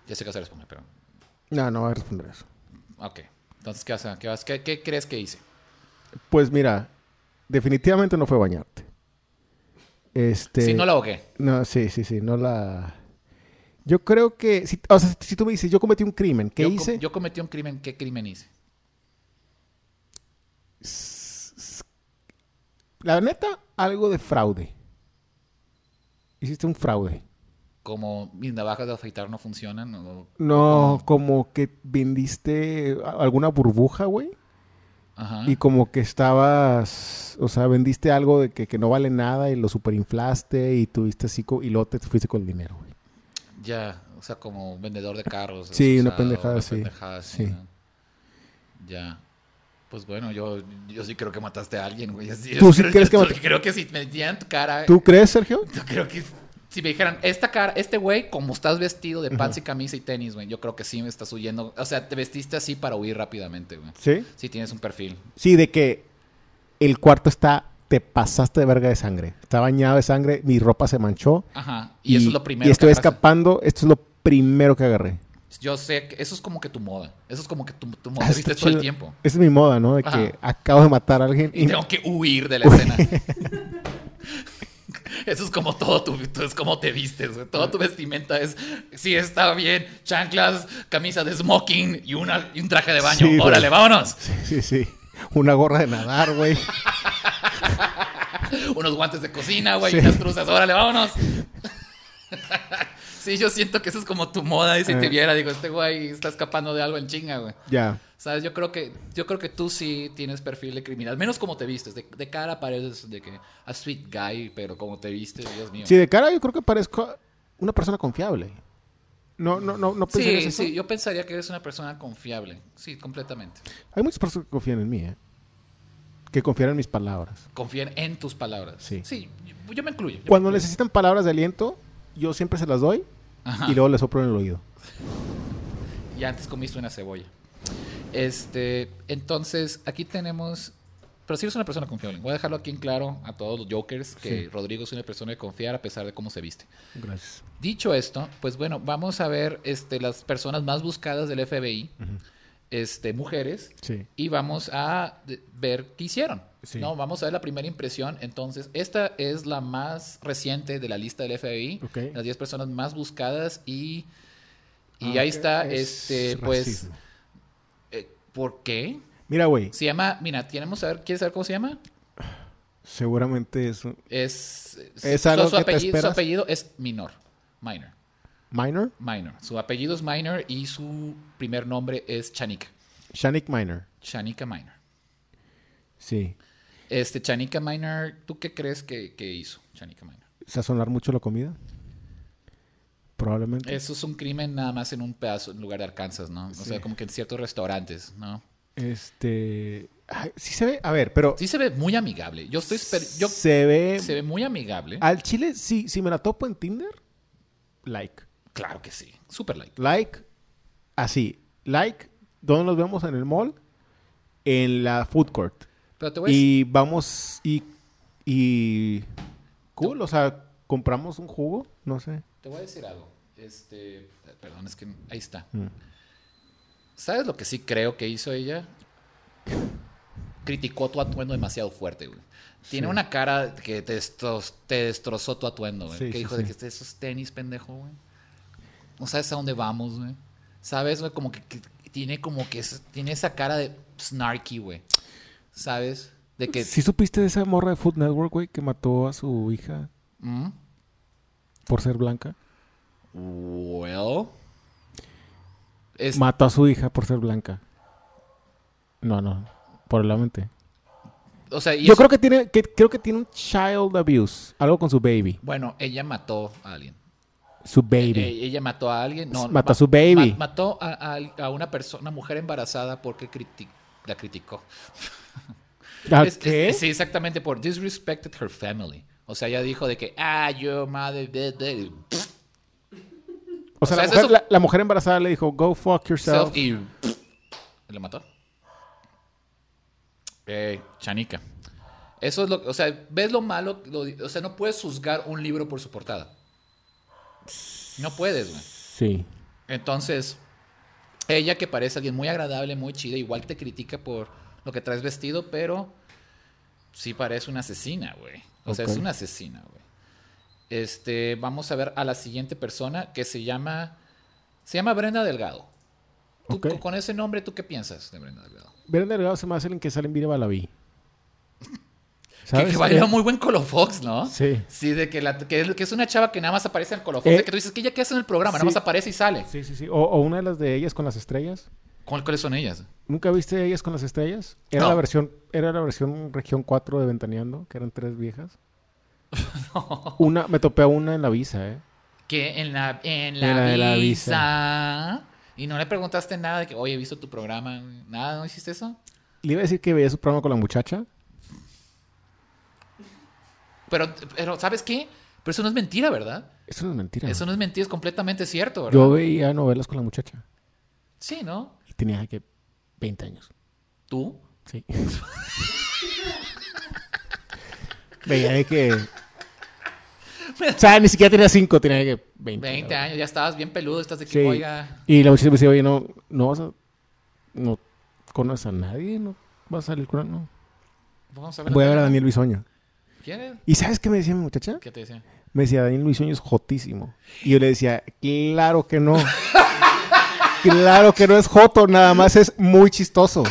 S1: Ya sé que vas a responder, pero...
S2: No, no voy a responder eso.
S1: Ok. Entonces, ¿qué, vas a- qué vas- qué- qué crees que hice?
S2: Pues mira, definitivamente no fue bañarte. Este.
S1: Si no la ahogué.
S2: No, sí, sí, sí, no la... Yo creo que, si, o sea, si tú me dices, yo cometí un crimen, ¿qué
S1: yo, com-
S2: hice?
S1: yo cometí un crimen. ¿Qué crimen hice?
S2: La neta, algo de fraude. Hiciste un fraude.
S1: Como mis navajas de afeitar no funcionan. o- Ah.
S2: No, como que vendiste a- alguna burbuja, güey.
S1: Ajá.
S2: Y como que estabas, o sea, vendiste algo de que, que no vale nada y lo superinflaste y tuviste así, co- y luego te fuiste con el dinero, güey.
S1: Ya, o sea, como un vendedor de carros.
S2: Sí, una
S1: desusado,
S2: pendejada así,
S1: pendejada así,
S2: sí.
S1: ¿no? Ya. Pues bueno, yo, yo sí creo que mataste a alguien, güey. así-
S2: ¿Tú
S1: yo
S2: sí
S1: creo-
S2: crees
S1: yo
S2: que
S1: sí
S2: mat-
S1: Creo que si me dieran tu cara.
S2: ¿Tú crees, Sergio?
S1: Yo creo que si me dijeran, esta cara, este güey, como estás vestido de pants y camisa y tenis, güey, yo creo que sí me estás huyendo. O sea, te vestiste así para huir rápidamente, güey.
S2: Sí.
S1: Sí, tienes un perfil.
S2: Sí, de que el cuarto está, te pasaste de verga de sangre. Está bañado de sangre, mi ropa se manchó.
S1: Ajá. Y, eso es lo primero
S2: Y estoy
S1: que pasa.
S2: escapando, esto es lo primero que agarré.
S1: Yo sé que eso es como que tu moda. Eso es como que tu, tu moda
S2: Ah, está
S1: viste todo el
S2: chido.
S1: tiempo.
S2: Esa es mi moda, ¿no? De
S1: Oh. Ajá.
S2: que acabo de matar a alguien
S1: Y
S2: [LAUGHS] y
S1: tengo que huir de la escena. [LAUGHS] Eso es como todo tu, tú- es como te vistes, güey. Toda tu vestimenta es, sí está bien, chanclas, camisa de smoking y, una, y un traje de baño.
S2: Sí, güey.
S1: Órale, vámonos.
S2: Sí, sí, sí. Una gorra de nadar, güey.
S1: Unos guantes de cocina, güey, y
S2: Sí.
S1: unas truzas. Órale, vámonos. [LAUGHS] sí, yo siento que eso es como tu moda. Y si te
S2: Eh.
S1: viera, digo, este güey está escapando de algo en chinga, güey.
S2: Ya.
S1: Sabes, yo creo que yo creo que tú sí tienes perfil de criminal, menos como te vistes, de, de cara pareces de que a sweet guy, pero como te vistes, Dios mío.
S2: Sí, de cara yo creo que parezco una persona confiable. No, no, no, no pensarías
S1: Sí,
S2: eso?
S1: sí, yo pensaría que eres una persona confiable. Sí, completamente.
S2: Hay muchas personas que confían en mí, ¿eh? Que confían en mis palabras.
S1: Confiar en tus palabras.
S2: Sí.
S1: yo, yo me incluyo. yo
S2: Cuando
S1: me incluyo.
S2: necesitan palabras de aliento, yo siempre se las doy
S1: Ajá.
S2: y luego les soplo en el oído.
S1: Y antes comiste una cebolla. Este, entonces, aquí tenemos. Pero sí eres una persona confiable. Voy a dejarlo aquí en claro a todos los jokers que
S2: Sí.
S1: Rodrigo es una persona de confiar a pesar de cómo se viste.
S2: Gracias.
S1: Dicho esto, pues bueno, vamos a ver este, las personas más buscadas del FBI, este, mujeres,
S2: Sí.
S1: y vamos a de- ver qué hicieron.
S2: Sí.
S1: No, vamos a ver la primera impresión. Entonces, esta es la más reciente de la lista del FBI,
S2: Ok.
S1: las 10 personas más buscadas y, y
S2: Ah,
S1: ahí
S2: ok.
S1: está,
S2: Es
S1: este, pues,
S2: racismo.
S1: eh, ¿por qué?
S2: Mira, güey,
S1: Se llama, mira, tenemos a ver, ¿quieres saber cómo se llama?
S2: seguramente es un
S1: Es,
S2: Es algo que te
S1: apellido, su
S2: esperas.
S1: apellido es Minor, Minor.
S2: minor,
S1: Minor. Su apellido es Minor y su primer nombre es Chanica.
S2: Shanik minor.
S1: Chanica Minor.
S2: Sí.
S1: Este, Chanica Minor, ¿tú qué crees que, que hizo Chanica Minor?
S2: ¿Sazonar mucho la comida? Probablemente.
S1: Eso es un crimen nada más en un pedazo, en lugar de Arkansas, ¿no? O
S2: Sí.
S1: sea, como que en ciertos restaurantes, ¿no?
S2: Este. ay, sí se ve. A ver, pero.
S1: Sí se ve muy amigable. Yo estoy... esper- Yo, se,
S2: se ve.
S1: ve muy amigable.
S2: Al chile, si, si me la topo en Tinder, like.
S1: Claro que sí. Super like.
S2: Like. Así. Like. ¿Dónde nos vemos? En el mall. En la food court.
S1: Pero te voy a decir...
S2: Y vamos. Y. Y. Cool. O sea, compramos un jugo. No sé.
S1: Te voy a decir algo. Este... Perdón, es que... Ahí está.
S2: Mm.
S1: ¿Sabes lo que sí creo que hizo ella? Criticó tu atuendo demasiado fuerte, güey. Tiene
S2: Sí.
S1: una cara que te, destroz- te destrozó tu atuendo, güey.
S2: Sí,
S1: que
S2: sí,
S1: dijo
S2: sí.
S1: de que este- esos tenis, pendejo, güey. No sabes a dónde vamos, güey. ¿Sabes, güey? Como que, que tiene como que... es- Tiene esa cara de snarky, güey. ¿Sabes? De que...
S2: ¿Sí supiste de esa morra de Food Network, güey, que mató a su hija
S1: ¿Mm?
S2: por ser blanca?
S1: Well... Es-
S2: Mató a su hija por ser blanca. No, no. Probablemente.
S1: o sea, y
S2: Yo
S1: eso-
S2: creo que tiene, que, creo que tiene un child abuse. Algo con su baby.
S1: Bueno, ella mató a alguien.
S2: Su baby.
S1: Eh, ella mató a alguien. No,
S2: Mató a
S1: ma-
S2: su baby.
S1: ma- mató a, a- a una persona, una mujer embarazada porque criti- la criticó.
S2: ¿A
S1: Es- es-
S2: Ah, qué?
S1: sí, exactamente, por disrespected her family. O sea, ella dijo de que, ah, yo madre, de, de,
S2: o sea,
S1: o sea,
S2: la,
S1: es
S2: mujer,
S1: eso-
S2: la- la mujer embarazada le dijo, go fuck yourself.
S1: self y la mató. Eh, chanica. Eso es lo, o sea, ves lo malo, Lo- o sea, no puedes juzgar un libro por su portada. No puedes, güey.
S2: Sí.
S1: Entonces, ella que parece alguien muy agradable, muy chida, igual te critica por lo que traes vestido, pero sí parece una asesina, güey. O sea, es
S2: Ok.
S1: una asesina, güey. Este, vamos a ver a la siguiente persona que se llama, se llama Brenda Delgado. Tú,
S2: Ok.
S1: co- Con ese nombre, ¿tú qué piensas de Brenda Delgado?
S2: Brenda Delgado se me hace el que sale en Vire Balaví.
S1: [LAUGHS] Que,
S2: ¿Sabes?
S1: que baila
S2: Eh,
S1: muy buen Colofox, ¿no?
S2: Sí.
S1: Sí, de que, la, que, que es una chava que nada más aparece en Colofox.
S2: Eh,
S1: de que tú dices que ella qué hace en el programa,
S2: sí.
S1: nada más aparece y sale.
S2: Sí, sí, sí. O, o una de las de ellas con las estrellas.
S1: ¿Cuál- ¿Cuáles son ellas?
S2: ¿Nunca viste ellas con las estrellas? Era
S1: No.
S2: la versión, era la versión región 4 de Ventaneando, que eran
S1: [LAUGHS]
S2: tres viejas. Una, me topé a una en la visa, eh.
S1: Que en la, en
S2: En la
S1: la,
S2: de la
S1: visa. Y no le preguntaste nada de que, oye, he visto tu programa. Nada, ¿no hiciste eso?
S2: Le iba a decir que veía su programa con la muchacha.
S1: Pero, pero ¿sabes qué? Pero eso no es mentira, ¿verdad?
S2: Eso no es mentira.
S1: Eso no es mentira, es completamente cierto, ¿verdad?
S2: Yo veía novelas con la muchacha.
S1: Sí, ¿no?
S2: Y tenía que 20 años.
S1: ¿Tú? [LAUGHS]
S2: Sí. veía de que. O sea, ni siquiera tenía 5, tenía de que 20.
S1: 20
S2: ¿sabes?
S1: años, ya estabas bien peludo, estás de que,
S2: Sí.
S1: oiga.
S2: Y la muchacha me decía, oye, no, no vas a. No conoces a nadie, no vas a salir con él, no.
S1: Vamos a ver. la
S2: Voy a ver a
S1: tele".
S2: Daniel Bisoño.
S1: ¿Quieres?
S2: ¿Y sabes qué me decía mi muchacha?
S1: ¿Qué te decía?
S2: Me decía, Daniel Bisoño es jotísimo. Y yo le decía, claro que [LAUGHS] no. claro que no es joto, nada más es muy chistoso.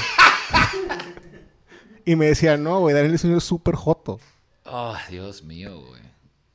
S2: y me decía, no, güey, Daniel Bisoño es súper joto.
S1: Oh, Dios mío, güey.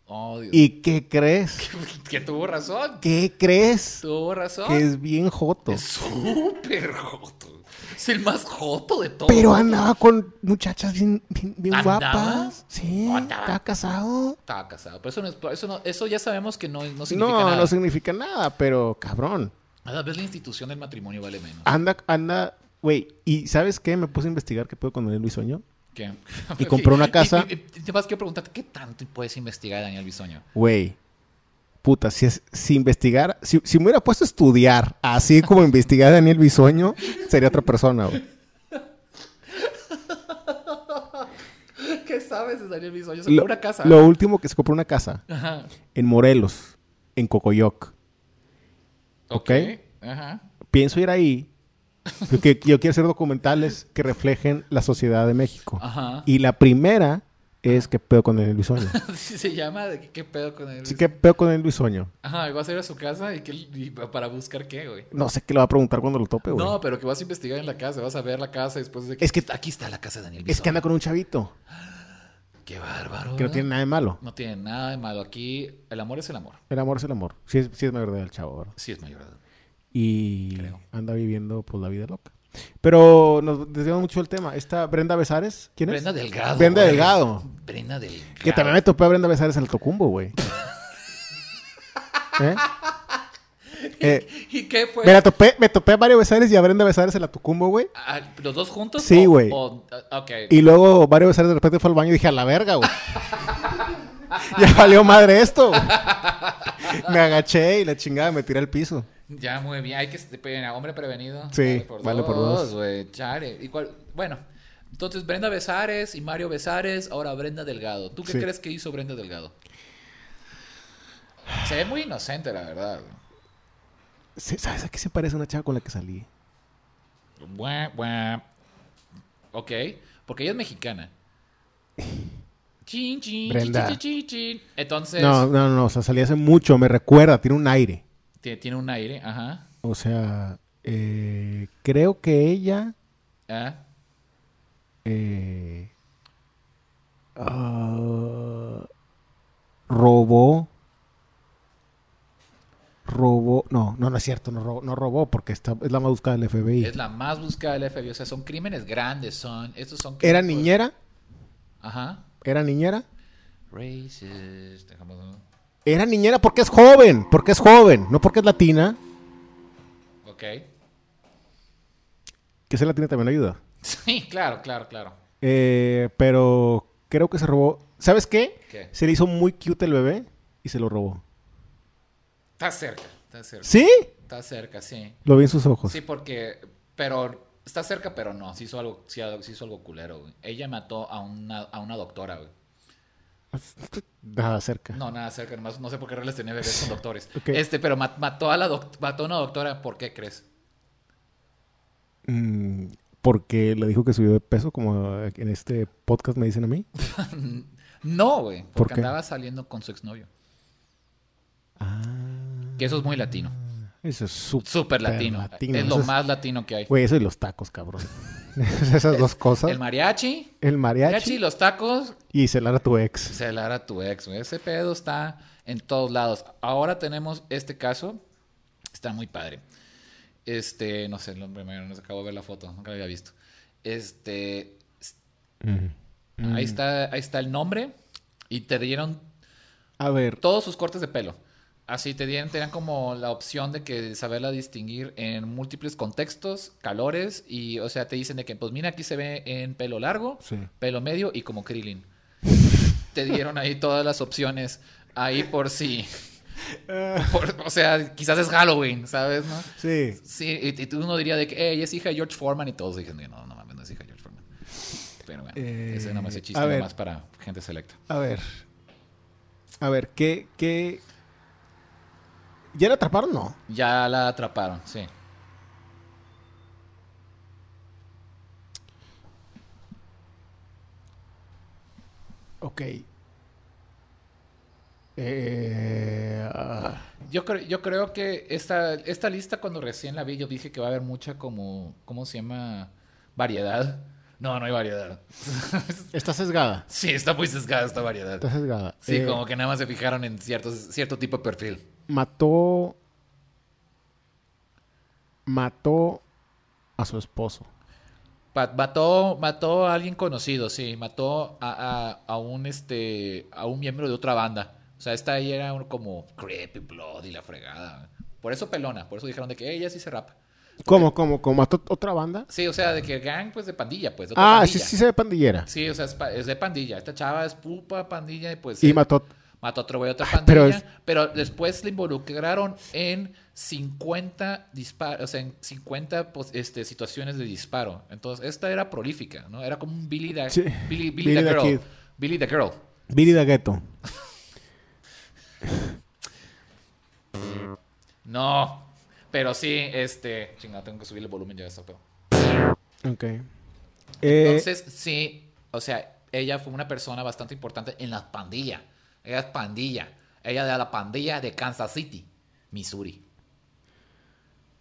S1: Oh, Dios.
S2: ¿Y qué crees?
S1: [LAUGHS] Que tuvo razón.
S2: ¿Qué crees?
S1: Tuvo razón.
S2: Que es bien joto.
S1: Es súper joto. Es el más joto de todos.
S2: Pero andaba con muchachas bien, bien, bien
S1: ¿Andaba?
S2: guapas. Sí,
S1: ¿O andaba?
S2: estaba casado.
S1: Estaba casado. Pero eso, no, es- eso, no- eso ya sabemos que no, no significa
S2: No,
S1: nada.
S2: no significa nada, pero cabrón.
S1: Cada vez la institución del matrimonio vale menos.
S2: Anda, anda, güey. ¿Y sabes qué? Me puse a investigar qué puedo con Daniel Bisoño.
S1: ¿Qué?
S2: Y compró
S1: [LAUGHS]
S2: una
S1: Y-
S2: casa.
S1: Y, y- y te vas quiero preguntarte, ¿qué tanto puedes investigar a Daniel Bisoño?
S2: Güey, puta, si, es, si investigar, si, si me hubiera puesto a estudiar así como investigar a Daniel Bisoño, sería otra persona, güey.
S1: [LAUGHS] ¿Qué sabes de Daniel Bisoño? Se
S2: Lo,
S1: compró una casa.
S2: lo último que se compró una casa
S1: Ajá.
S2: en Morelos, en Cocoyoc.
S1: Ok.
S2: Ok.
S1: Ajá.
S2: Pienso ir ahí. [LAUGHS] Porque yo quiero hacer documentales que reflejen la sociedad de México.
S1: Ajá.
S2: Y la primera es que pedo con Daniel Bisoño.
S1: [LAUGHS] Sí, se llama de que qué pedo con él.
S2: Así que pedo con Daniel Bisoño.
S1: Ajá, y vas a ir a su casa y, que, y para buscar qué, güey.
S2: No sé qué le va a preguntar cuando lo tope, güey.
S1: No, pero que vas a investigar en la casa, vas a ver la casa y después de
S2: Es que-
S1: aquí está la casa de Daniel
S2: es que
S1: Bisoño.
S2: anda con un chavito
S1: Qué bárbaro.
S2: que no
S1: ¿verdad?
S2: tiene nada de malo.
S1: No tiene nada de malo aquí. El amor es el amor.
S2: El amor es el amor. Sí es, sí es mayor de edad el chavo, ¿verdad?
S1: Sí, es mayor de edad.
S2: Y
S1: Creo.
S2: anda viviendo pues la vida loca. Pero nos desviamos mucho del tema. Esta Brenda Besares, ¿quién es?
S1: Brenda Delgado.
S2: Brenda
S1: güey.
S2: Delgado.
S1: Brenda Delgado.
S2: Que también me topé a Brenda Besares en el
S1: [LAUGHS]
S2: Tocumbo, güey. ¿Eh? Eh,
S1: ¿Y qué fue?
S2: me, la topé, me topé a Mario Besares y a Brenda Besares en la Tocumbo, güey.
S1: Ah, ¿Los dos juntos?
S2: Sí,
S1: O-
S2: güey.
S1: o- ah, ok.
S2: Y luego Mario Besares de repente fue al baño y dije, a la verga, güey. ya valió madre esto. güey. me agaché y la chingada me tiré al piso.
S1: Ya, muy bien. Hay que... espera, Hombre prevenido.
S2: Sí, vale por dos.
S1: güey. Chale. Y cuál- Bueno. Entonces, Brenda Besares y Mario Besares. Ahora Brenda Delgado. ¿Tú qué
S2: Sí.
S1: crees que hizo Brenda Delgado? Se ve muy inocente, la verdad. güey.
S2: Se- ¿Sabes a qué se parece una chava con la que salí?
S1: Buah, buah. Ok. Porque ella es mexicana. Chin, chin,
S2: Brenda.
S1: chin, chin, chin, chin. Entonces,
S2: No, no, no, o sea, salí hace mucho, me recuerda, tiene un aire.
S1: tie- tiene un aire. Ajá.
S2: O sea, eh, creo que ella...
S1: Ah.
S2: eh, ah, robó... Robó... No, no, no es cierto, no robó, no robó porque está, es la más buscada del FBI.
S1: Es la más buscada del FBI. O sea, son crímenes grandes. Son. Estos son.
S2: Era
S1: crímenes-
S2: niñera,
S1: Ajá.
S2: era niñera.
S1: Racist. Dejamos.
S2: Era niñera porque es joven, porque es joven, no porque es latina.
S1: Ok. [LAUGHS]
S2: Que ser latina también ayuda.
S1: Sí, claro, claro, claro.
S2: Eh, pero creo que se robó. ¿Sabes qué?
S1: ¿Qué?
S2: Se le hizo muy cute el bebé y se lo robó.
S1: Está cerca. Está cerca.
S2: ¿Sí?
S1: Está cerca, sí.
S2: Lo vi en sus ojos.
S1: Sí, porque. Pero. Está cerca, pero no. Sí hizo algo, sí, algo- sí hizo algo culero, güey. Ella mató a una, a una doctora, güey.
S2: Nada Ah, cerca.
S1: No, nada cerca, nomás no sé por qué les tenía bebés con doctores.
S2: [LAUGHS] Ok.
S1: Este, pero ma- mató a la doc- mató a una doctora, ¿por qué crees?
S2: Mm, porque le dijo que subió de peso, como en este podcast me dicen a mí.
S1: No, güey, porque
S2: qué?
S1: andaba saliendo con su exnovio.
S2: Ah.
S1: Que eso es muy latino.
S2: Eso es súper
S1: Súper latino.
S2: latino.
S1: Es lo
S2: Eso es-
S1: más latino que hay.
S2: Güey, eso y los tacos, cabrón. [LAUGHS] Esas dos cosas.
S1: El mariachi.
S2: El
S1: Mariachi,
S2: mariachi
S1: los tacos.
S2: y celar a tu ex.
S1: Celar a tu ex. güey. Ese pedo está en todos lados. Ahora tenemos este caso. Está muy padre. Este, no sé, el hombre mayor, no se acabo de ver la foto. Nunca la había visto. Este,
S2: Mm.
S1: ahí está, ahí está el nombre. Y te dieron
S2: A ver,
S1: todos sus cortes de pelo. Así te dieron, tenían como la opción de que saberla distinguir en múltiples contextos, calores, y o sea, te dicen de que, pues mira, aquí se ve en pelo largo,
S2: Sí.
S1: pelo medio y como Krillin. te dieron ahí todas las opciones, ahí por
S2: [LAUGHS]
S1: si. por- o sea, quizás es Halloween, ¿sabes? No?
S2: sí.
S1: Sí, y, y tú uno diría de que, hey, es hija de George Foreman, y todos dicen, no, no mames, no es hija de George Foreman. Pero bueno,
S2: Eh,
S1: ese nomás es chiste,
S2: a ver.
S1: nomás para gente selecta.
S2: A ver. A ver, ¿qué, qué? ¿Ya la atraparon? No.
S1: Ya la atraparon, sí.
S2: Ok. Eh, ah,
S1: Yo creo, yo creo que esta, esta lista cuando recién la vi, yo dije que va a haber mucha como, ¿cómo se llama? Variedad. No, no hay variedad.
S2: está sesgada.
S1: Sí, está muy sesgada esta variedad.
S2: Está sesgada.
S1: Sí,
S2: Eh,
S1: como que nada más se fijaron en ciertos, cierto tipo de perfil.
S2: Mató. Mató a su esposo.
S1: Pa- mató, mató a alguien conocido, sí. Mató a, a- a un este a un miembro de otra banda. O sea, esta ahí era un como creepy blood y la fregada. Por eso pelona, por eso dijeron de que ella sí se rapa.
S2: ¿Cómo, cómo, cómo? ¿Mató otra banda?
S1: Sí, o sea, de que gang, pues de pandilla, pues. de otra
S2: Ah, sí,
S1: pandilla.
S2: sí, se ve pandillera.
S1: Sí, o sea, es, pa- es de pandilla. Esta chava es pupa, pandilla, y pues.
S2: Y
S1: él
S2: mató.
S1: mató a otro güey, a
S2: [LAUGHS]
S1: otra
S2: pero
S1: pandilla. Pero, después le involucraron en 50 disparos, o sea, en 50 pues, este, situaciones de disparo. Entonces, esta era prolífica, ¿no? Era como un Billy the,
S2: Sí.
S1: Billy, Billy
S2: Billy
S1: the
S2: the
S1: Girl.
S2: Kid.
S1: Billy the Girl.
S2: Billy the Ghetto.
S1: No. Pero sí, este. Chingada, tengo que subir el volumen ya de esta, pero-
S2: Ok. Eh,
S1: Entonces, sí, o sea, ella fue una persona bastante importante en la pandilla. Ella es pandilla. Ella de la pandilla de Kansas City, Missouri.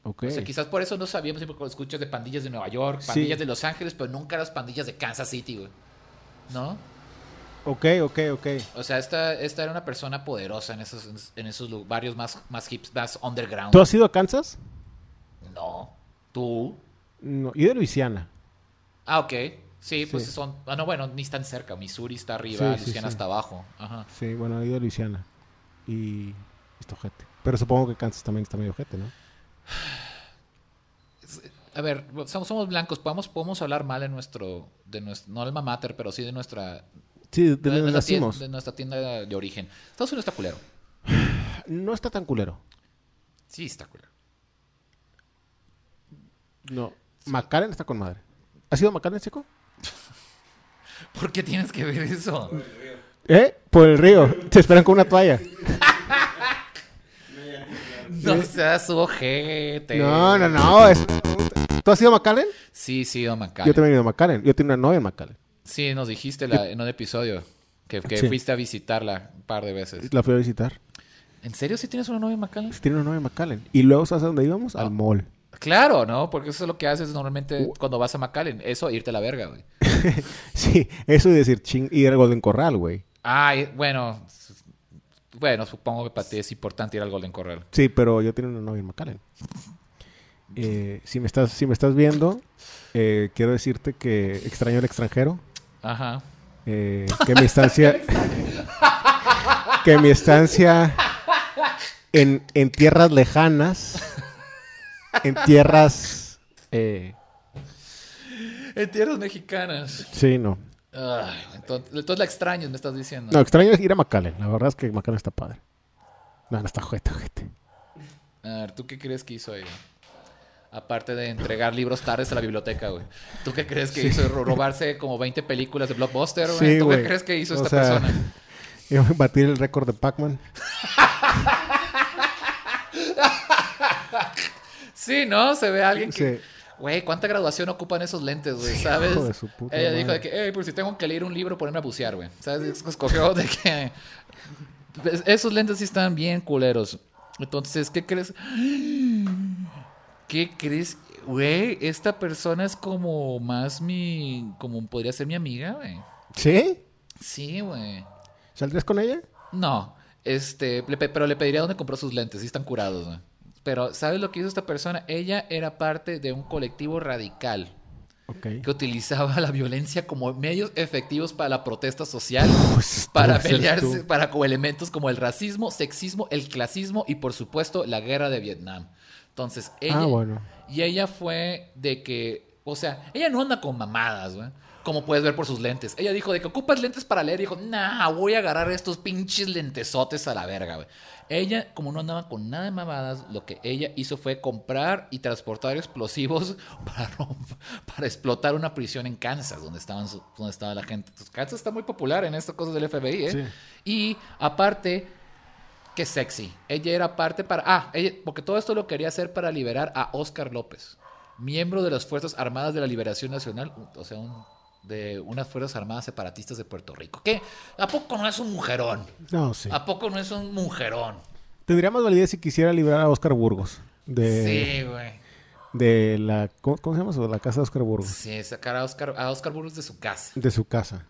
S2: ok.
S1: O sea, quizás por eso no sabíamos siempre cuando escuchas de pandillas de Nueva York,
S2: Sí.
S1: pandillas de Los Ángeles, pero nunca las pandillas de Kansas City, güey. ¿No?
S2: ok, ok, ok.
S1: O sea, esta, esta era una persona poderosa en esos, en esos lu- barrios más, más hips, más underground.
S2: ¿Tú has ido a Kansas?
S1: No. ¿Tú?
S2: No, yo de Luisiana.
S1: Ah, ok. Sí, pues
S2: Sí.
S1: son... Ah, no, bueno, ni están cerca. Missouri está arriba,
S2: Sí, sí,
S1: Luisiana
S2: sí.
S1: está abajo. Ajá.
S2: Sí, bueno, he ido a Luisiana. Y está ojete. Pero supongo que Kansas también está medio ojete, ¿no?
S1: A ver, somos, somos blancos, podemos, podemos hablar mal de nuestro, de nuestro, no alma mater, pero sí de nuestra,
S2: Sí, de
S1: de,
S2: donde
S1: nuestra tien-
S2: nacimos.
S1: de nuestra tienda de origen. Estados Unidos está culero.
S2: No está tan culero.
S1: Sí, está culero.
S2: No. McAllen está con madre. ¿Has ido a McAllen, chico?
S1: ¿Por qué tienes que ver eso?
S2: ¿Eh? Por el río. Te esperan con una toalla.
S3: No, ya, claro.
S1: No seas ojete.
S2: No, no, no. es- ¿Tú has ido a McAllen?
S1: Sí, sí, Don Macario.
S2: Yo también he ido a McAllen. Yo tengo una novia en McAllen.
S1: Sí, nos dijiste la- en un episodio que, que
S2: Sí.
S1: fuiste a visitarla un par de veces.
S2: La fui a visitar.
S1: ¿En serio sí tienes una novia en McAllen?
S2: Sí, tiene una novia en McAllen. Y luego, ¿sabes a dónde íbamos?
S1: Ah.
S2: Al mall.
S1: Claro, ¿no? Porque eso es lo que haces normalmente cuando vas a McAllen. Eso, irte a la verga, güey.
S2: Sí, eso y decir ching. Y el Golden Corral, güey.
S1: Ay, bueno. s- Bueno, supongo que para ti es importante ir al Golden Corral.
S2: Sí, pero yo tengo una novia en McAllen. Eh, si, me estás, si me estás viendo, eh, quiero decirte que extraño el extranjero.
S1: Ajá.
S2: eh, que mi estancia. que mi estancia en, en tierras lejanas. En tierras. eh,
S1: En tierras mexicanas.
S2: sí, no.
S1: Ay, entonces, entonces la extrañas, me estás diciendo.
S2: No, extraño es ir a McAllen. La verdad es que McAllen está padre. No, no está jeta, gente.
S1: A ver, ¿tú qué crees que hizo ella? Aparte de entregar libros tardes a la biblioteca, güey. ¿Tú qué crees que hizo? Ro- ¿Robarse como 20 películas de Blockbuster, güey?
S2: Sí,
S1: ¿Tú
S2: güey.
S1: qué crees que hizo
S2: O
S1: esta
S2: sea,
S1: persona?
S2: [LAUGHS] Iba a batir el récord de Pac-Man.
S1: Sí, ¿no? Se ve a alguien que...
S2: Sí.
S1: Güey, ¿cuánta graduación ocupan esos lentes, güey? ¿Sabes?
S2: hijo de su puta
S1: ella dijo de
S2: madre.
S1: que, [LAUGHS] hey, por si tengo que leer un libro, ponerme a bucear, güey. ¿Sabes? Escogió de que... Pues, Esos lentes sí están bien culeros. Entonces, ¿qué crees? ¿Qué crees? Güey, esta persona es como más mi... Como podría ser mi amiga, güey.
S2: ¿Sí?
S1: Sí, güey.
S2: ¿Saldrías con ella?
S1: No, este, le pe- pero le pediría dónde compró sus lentes, sí están curados, güey. Pero, ¿sabes lo que hizo esta persona? Ella era parte de un colectivo radical
S2: Ok.
S1: que utilizaba la violencia como medios efectivos para la protesta social,
S2: Pues,
S1: para
S2: tú eres
S1: pelearse,
S2: tú.
S1: para como elementos como el racismo, sexismo, el clasismo y, por supuesto, la guerra de Vietnam. Entonces, ella,
S2: Ah, bueno.
S1: y ella fue de que, o sea, ella no anda con mamadas, güey. Como puedes ver por sus lentes. Ella dijo de que ocupas lentes para leer. Y dijo, nah, voy a agarrar estos pinches lentesotes a la verga, güey. Ella, como no andaba con nada de mamadas, lo que ella hizo fue comprar y transportar explosivos [LAUGHS] para, romp- para explotar una prisión en Kansas, donde, estaban su- donde estaba la gente. Entonces, Kansas está muy popular en estas cosas del FBI, ¿eh?
S2: Sí.
S1: Y aparte, Qué sexy. Ella era parte para. Ah, ella- porque todo esto lo quería hacer para liberar a Óscar López, miembro de las Fuerzas Armadas de la Liberación Nacional, o sea, un- de unas Fuerzas Armadas separatistas de Puerto Rico. ¿Qué? ¿A poco no es un mujerón?
S2: No, sí.
S1: ¿A poco no es un mujerón?
S2: Tendría más validez si quisiera librar a Oscar Burgos. De,
S1: Sí, güey.
S2: de la... ¿cómo, cómo se llama eso? La casa de Oscar Burgos.
S1: Sí, sacar a Óscar a Óscar Burgos de su casa.
S2: De su casa.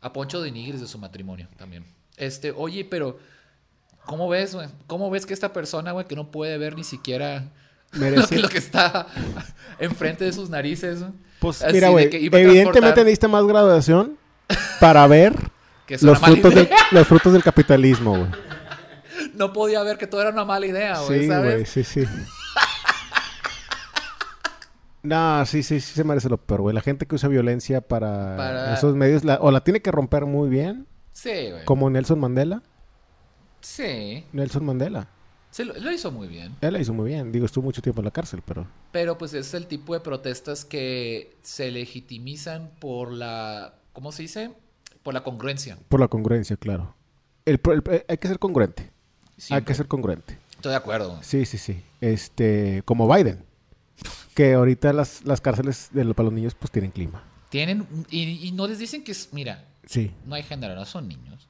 S1: A Poncho de Nigris de su matrimonio también. Este, oye, pero. ¿Cómo ves, güey? ¿Cómo ves que esta persona, güey, que no puede ver ni siquiera [LAUGHS] [LAUGHS] lo que,
S2: Merece...
S1: lo que está enfrente de sus narices. ¿no?
S2: Pues
S1: Así
S2: mira,
S1: de
S2: güey,
S1: que iba a
S2: evidentemente
S1: transportar-
S2: necesita más
S1: [LAUGHS]
S2: graduación para ver
S1: Que eso
S2: los
S1: era mala
S2: frutos,
S1: idea.
S2: del, los frutos del capitalismo, güey.
S1: No podía ver que todo era una mala idea, Ah, güey,
S2: Sí,
S1: ¿sabes?
S2: güey, sí, sí. No, sí, sí, sí se merece lo peor, güey. La gente que usa violencia para,
S1: Para-
S2: esos medios, la- o la tiene que romper muy bien,
S1: Sí, güey.
S2: como Nelson Mandela.
S1: Sí.
S2: Nelson Mandela,
S1: Se lo, lo hizo muy bien.
S2: él la hizo muy bien. Digo, estuvo mucho tiempo en la cárcel, pero...
S1: Pero pues es el tipo de protestas que se legitimizan por la... ¿Cómo se dice? Por la congruencia.
S2: Por la congruencia, claro. El pro- el- eh, hay que ser congruente. Hay
S1: Siempre.
S2: Ah, que ser congruente.
S1: Estoy de acuerdo. güey.
S2: Sí, sí, sí. Este, como Biden. Que ahorita las, las cárceles de los, para los niños pues tienen clima.
S1: Tienen... Y, y no les dicen que es... Mira,
S2: Sí.
S1: no hay género, no son niños.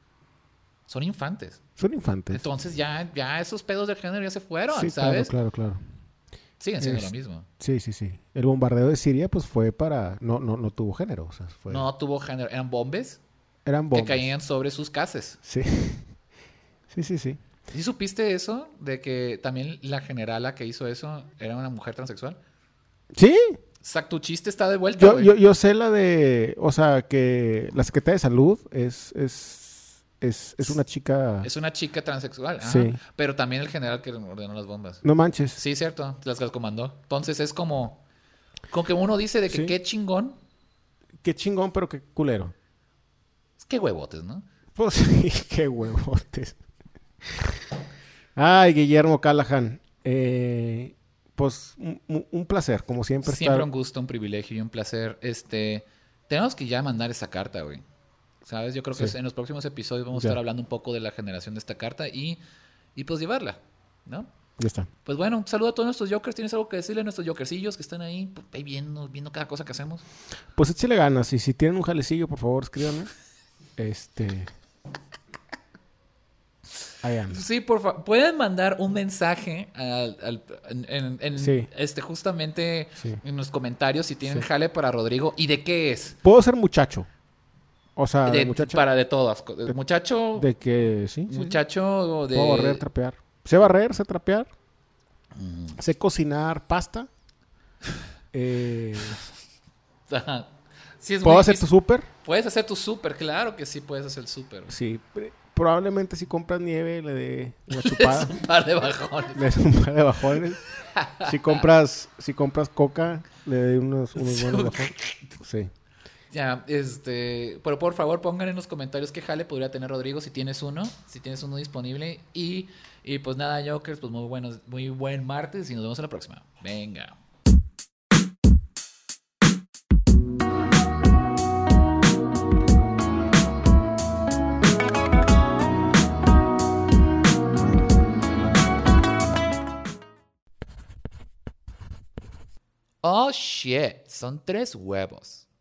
S1: Son infantes.
S2: Son infantes.
S1: Entonces ya, ya esos pedos de género ya se fueron,
S2: sí,
S1: ¿sabes?
S2: Claro, claro, claro.
S1: Siguen siendo
S2: Es-
S1: lo mismo.
S2: Sí, sí, sí. El bombardeo de Siria pues fue para... No, no, no tuvo género. O sea, fue...
S1: No tuvo género. Eran bombes.
S2: Eran
S1: que
S2: bombas.
S1: caían sobre sus casas.
S2: Sí. [LAUGHS] sí, sí, sí.
S1: ¿Sí supiste eso? De que también la generala que hizo eso era una mujer transexual.
S2: Sí.
S1: Sac, tu chiste está de vuelta.
S2: Yo,
S1: güey.
S2: yo, yo sé la de... O sea, que la Secretaría de Salud es... Es, es, es una chica...
S1: Es una chica transexual. ajá.
S2: Sí.
S1: Pero también el general que ordenó las bombas.
S2: No manches.
S1: Sí, cierto. Las que las comandó. Entonces es como. Con que uno dice de que
S2: Sí.
S1: qué chingón.
S2: Qué chingón, pero qué
S1: [LAUGHS]
S2: culero.
S1: Es que huevotes, ¿no?
S2: Pues sí, qué huevotes. Ay, Guillermo Callahan. Eh, pues un, un- un placer, como siempre.
S1: Siempre
S2: estar-
S1: un gusto, un privilegio y un placer. Este. Tenemos que ya mandar esa carta, güey. ¿Sabes? Yo creo que
S2: Sí.
S1: en los próximos episodios vamos a
S2: Ya.
S1: estar hablando un poco de la generación de esta carta y, y pues llevarla, ¿no?
S2: Ya está.
S1: Pues bueno, un saludo a todos nuestros jokers. ¿Tienes algo que decirle a nuestros jokercillos que están ahí, pues, ahí viendo, viendo cada cosa que hacemos?
S2: Pues échale ganas. Y si tienen un jalecillo, por favor, escríbanme. Este. I am.
S1: Sí, por favor, pueden mandar un mensaje al- al- en, en- en-
S2: Sí.
S1: este, justamente
S2: Sí.
S1: en los comentarios si tienen jale para Rodrigo. ¿Y de qué es?
S2: Puedo ser muchacho. O sea,
S1: De-
S2: muchacho.
S1: Para de todas. co- muchacho,
S2: De que sí. sí, sí.
S1: muchacho o de...
S2: Puedo barrer, trapear. Sé barrer, sé trapear.
S1: Mm.
S2: Sé cocinar pasta. [LAUGHS] Eh,
S1: Ajá. Sí, es
S2: ¿Puedo
S1: muy
S2: hacer tu
S1: difícil.
S2: súper?
S1: Puedes hacer tu súper, claro que sí puedes hacer el súper.
S2: Sí, pre- probablemente si compras nieve le dé
S1: [LAUGHS]
S2: una chupada, [LAUGHS]
S1: Un par de bajones.
S2: le des un par de bajones. Si compras, si compras coca, le dé unos,
S1: [LAUGHS]
S2: unos buenos bajones. Sí.
S1: Ya, este, pero por favor pongan en los comentarios qué jale podría tener Rodrigo si tienes uno, si tienes uno disponible y, y pues nada, Jokers, pues muy buenos, muy buen martes y nos vemos en la próxima. Venga. Oh shit, son tres huevos.